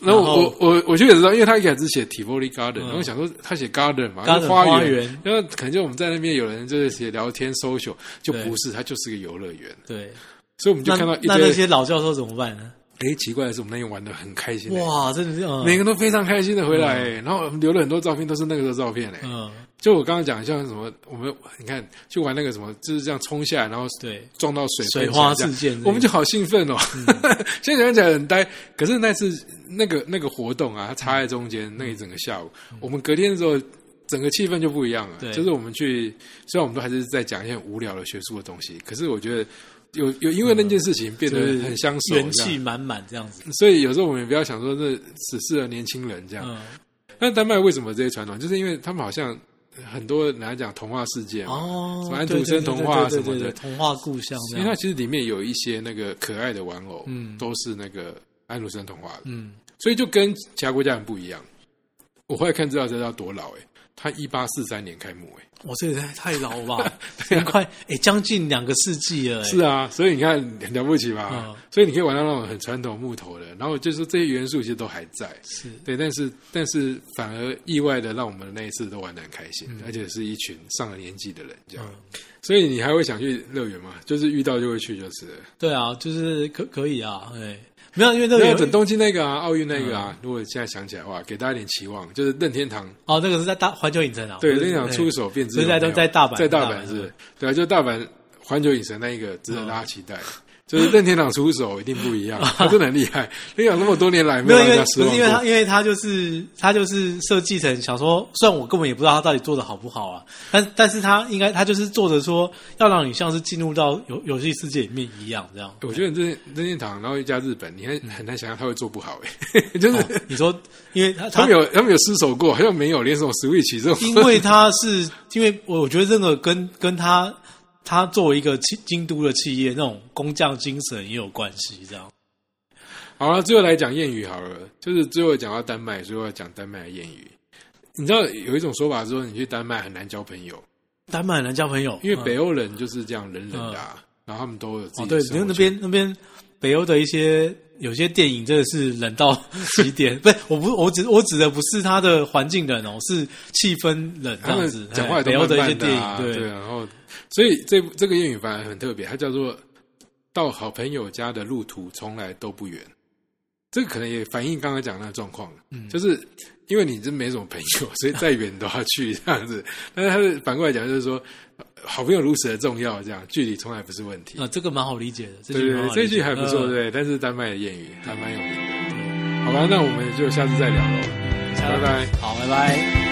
B: 然后
A: 我我我就也知道，因为他一开始写 Tivoli Garden，、然后想说他写 Garden 嘛，
B: Garden，
A: 就花
B: 花园
A: 然后可能就我们在那边有人就是写聊天 social，就
B: 对
A: 不是，它就是个游乐园，
B: 对，
A: 所以我们就
B: 那
A: 看到
B: 那
A: 一
B: 那
A: 堆，
B: 些老教授怎么办呢？
A: 哎，奇怪的是我们那天玩的很开心、哇，
B: 哇，真的是嗯
A: 每个人都非常开心的回来、然后我们留了很多照片，都是那个时候的照片哎、
B: 嗯
A: 就我刚刚讲像什么，我们你看去玩那个什么，就是这样冲下来，然后
B: 对
A: 撞到水
B: 水
A: 喷起来
B: 花嗯
A: 这样
B: 事件
A: 我们就好兴奋哦。 现在想起来很呆，可是那次那个那个活动啊，它插在中间那一整个下午，我们隔天的时候。整个气氛就不一样了，
B: 嗯对
A: 就是我们去，虽然我们都还是在讲一些很无聊的学术的东西，可是我觉得有有因为那件事情变得
B: 就是
A: 很相熟，
B: 嗯元
A: 这
B: 气
A: 样
B: 满满这样子。嗯
A: 所以有时候我们也不要想说这只适合年轻人这样。
B: 嗯，
A: 那丹麦为什么这些传统？就是因为他们好像很多人来讲童话世界嘛，
B: 哦，
A: 什么安
B: 对
A: 徒生
B: 对对
A: 童话
B: 对对
A: 什么
B: 对对
A: 的
B: 童话故乡这
A: 因为它
B: 样。
A: 其实里面有一些那个可爱的玩偶，
B: 嗯
A: 都是那个安徒生童话的，
B: 嗯，
A: 所以就跟其他国家很不一样。我后来看资料才知道多老哎、欸它一八四三年开幕、欸，哎，
B: 我这也太太老了吧，这快哎将近两个世纪了、哎
A: 是啊，所以你看很了不起吧？
B: 嗯
A: 所以你可以玩到那种很传统木头的，然后就是这些元素其实都还在，
B: 是
A: 对，但是但是反而意外的让我们那一次都玩的很开
B: 嗯
A: 心，而且是一群上了年纪的人这样，所以你还会想去乐园吗？就是遇到就会去，就是了
B: 对啊，就是可可以啊，哎，没有嗯因为那
A: 对啊，
B: 个
A: 等东京那个啊，奥运那个啊，如果现在想起来的话，给大家一点期望，就是任天堂
B: 哦，那个是在大环球影城啊，
A: 对
B: 我
A: 任天堂出手便知有
B: 所以
A: 没有，
B: 大家都在大阪
A: 在大
B: 大
A: 阪
B: 阪
A: 是不是
B: 嗯，
A: 对啊，就大阪环球影城那一个值得大家期待。
B: 哦
A: 就是任天堂出手一定不 一样，他真的很厉害。任天堂那么多年来没
B: 没
A: 有让
B: 有，因为
A: 人家
B: 不
A: 失望
B: 是因为他，
A: 过，
B: 因为他就是他就是设计成想说，虽然我根本也不知道他到底做的好不好啊，但但是他应该他就是做着说，要让你像是进入到游游戏世界里面一样这样。
A: 我觉得任任天堂，然后又加日本，你
B: 嗯
A: 很很难想象他会做不好诶、欸 就是、
B: 你说，因为他
A: 他
B: 哦他
A: 们有他们有失手过，好像没有连什么 Switch 这种，
B: 因为他是因为我我觉得这个跟跟他他作为一个企京都的企业那种工匠精神也有关系这样。
A: 好了，最后来讲谚语好了，就是最后讲到丹麦，所以我要讲丹麦的谚语。你知道有一种说法说，你去丹麦很难交朋友，
B: 丹麦很难交朋友，
A: 因为北
B: 嗯
A: 欧人就是这样冷冷的、啊，然后他们都有自己
B: 哦
A: 的
B: 嗯对，
A: 生活圈、
B: 因为那边那边北欧的一些有些电影真的是 冷到极点，不是我不我指我指的不是他的环境冷哦，是气氛冷
A: 他
B: 这样
A: 们
B: 子。
A: 讲话
B: 哎
A: 也都
B: 北欧
A: 慢
B: 的一些
A: 慢
B: 电
A: 的、
B: 影，
A: 啊，
B: 对
A: 对啊，然后所以这这个谚语反而很特别，它叫做“到好朋友家的路途从来都不远”。这个可能也反映刚刚讲的那个状况，嗯，就是因为你真没什么朋友， 所以再远都要去这样子。但是他的反过来讲，就是说好朋友如此的重要，这样距离从来不是问题。
B: 呃，这个蛮好理解的，这
A: 对
B: 句
A: 对
B: 蛮
A: 对，
B: 好
A: 这
B: 理
A: 句
B: 解
A: 还不错，对
B: 呃嗯
A: 不对。但是丹麦的谚语还蛮有名的。好吧，那我们就下次再聊喽，
B: 下
A: 拜拜。
B: 嗯好，拜拜。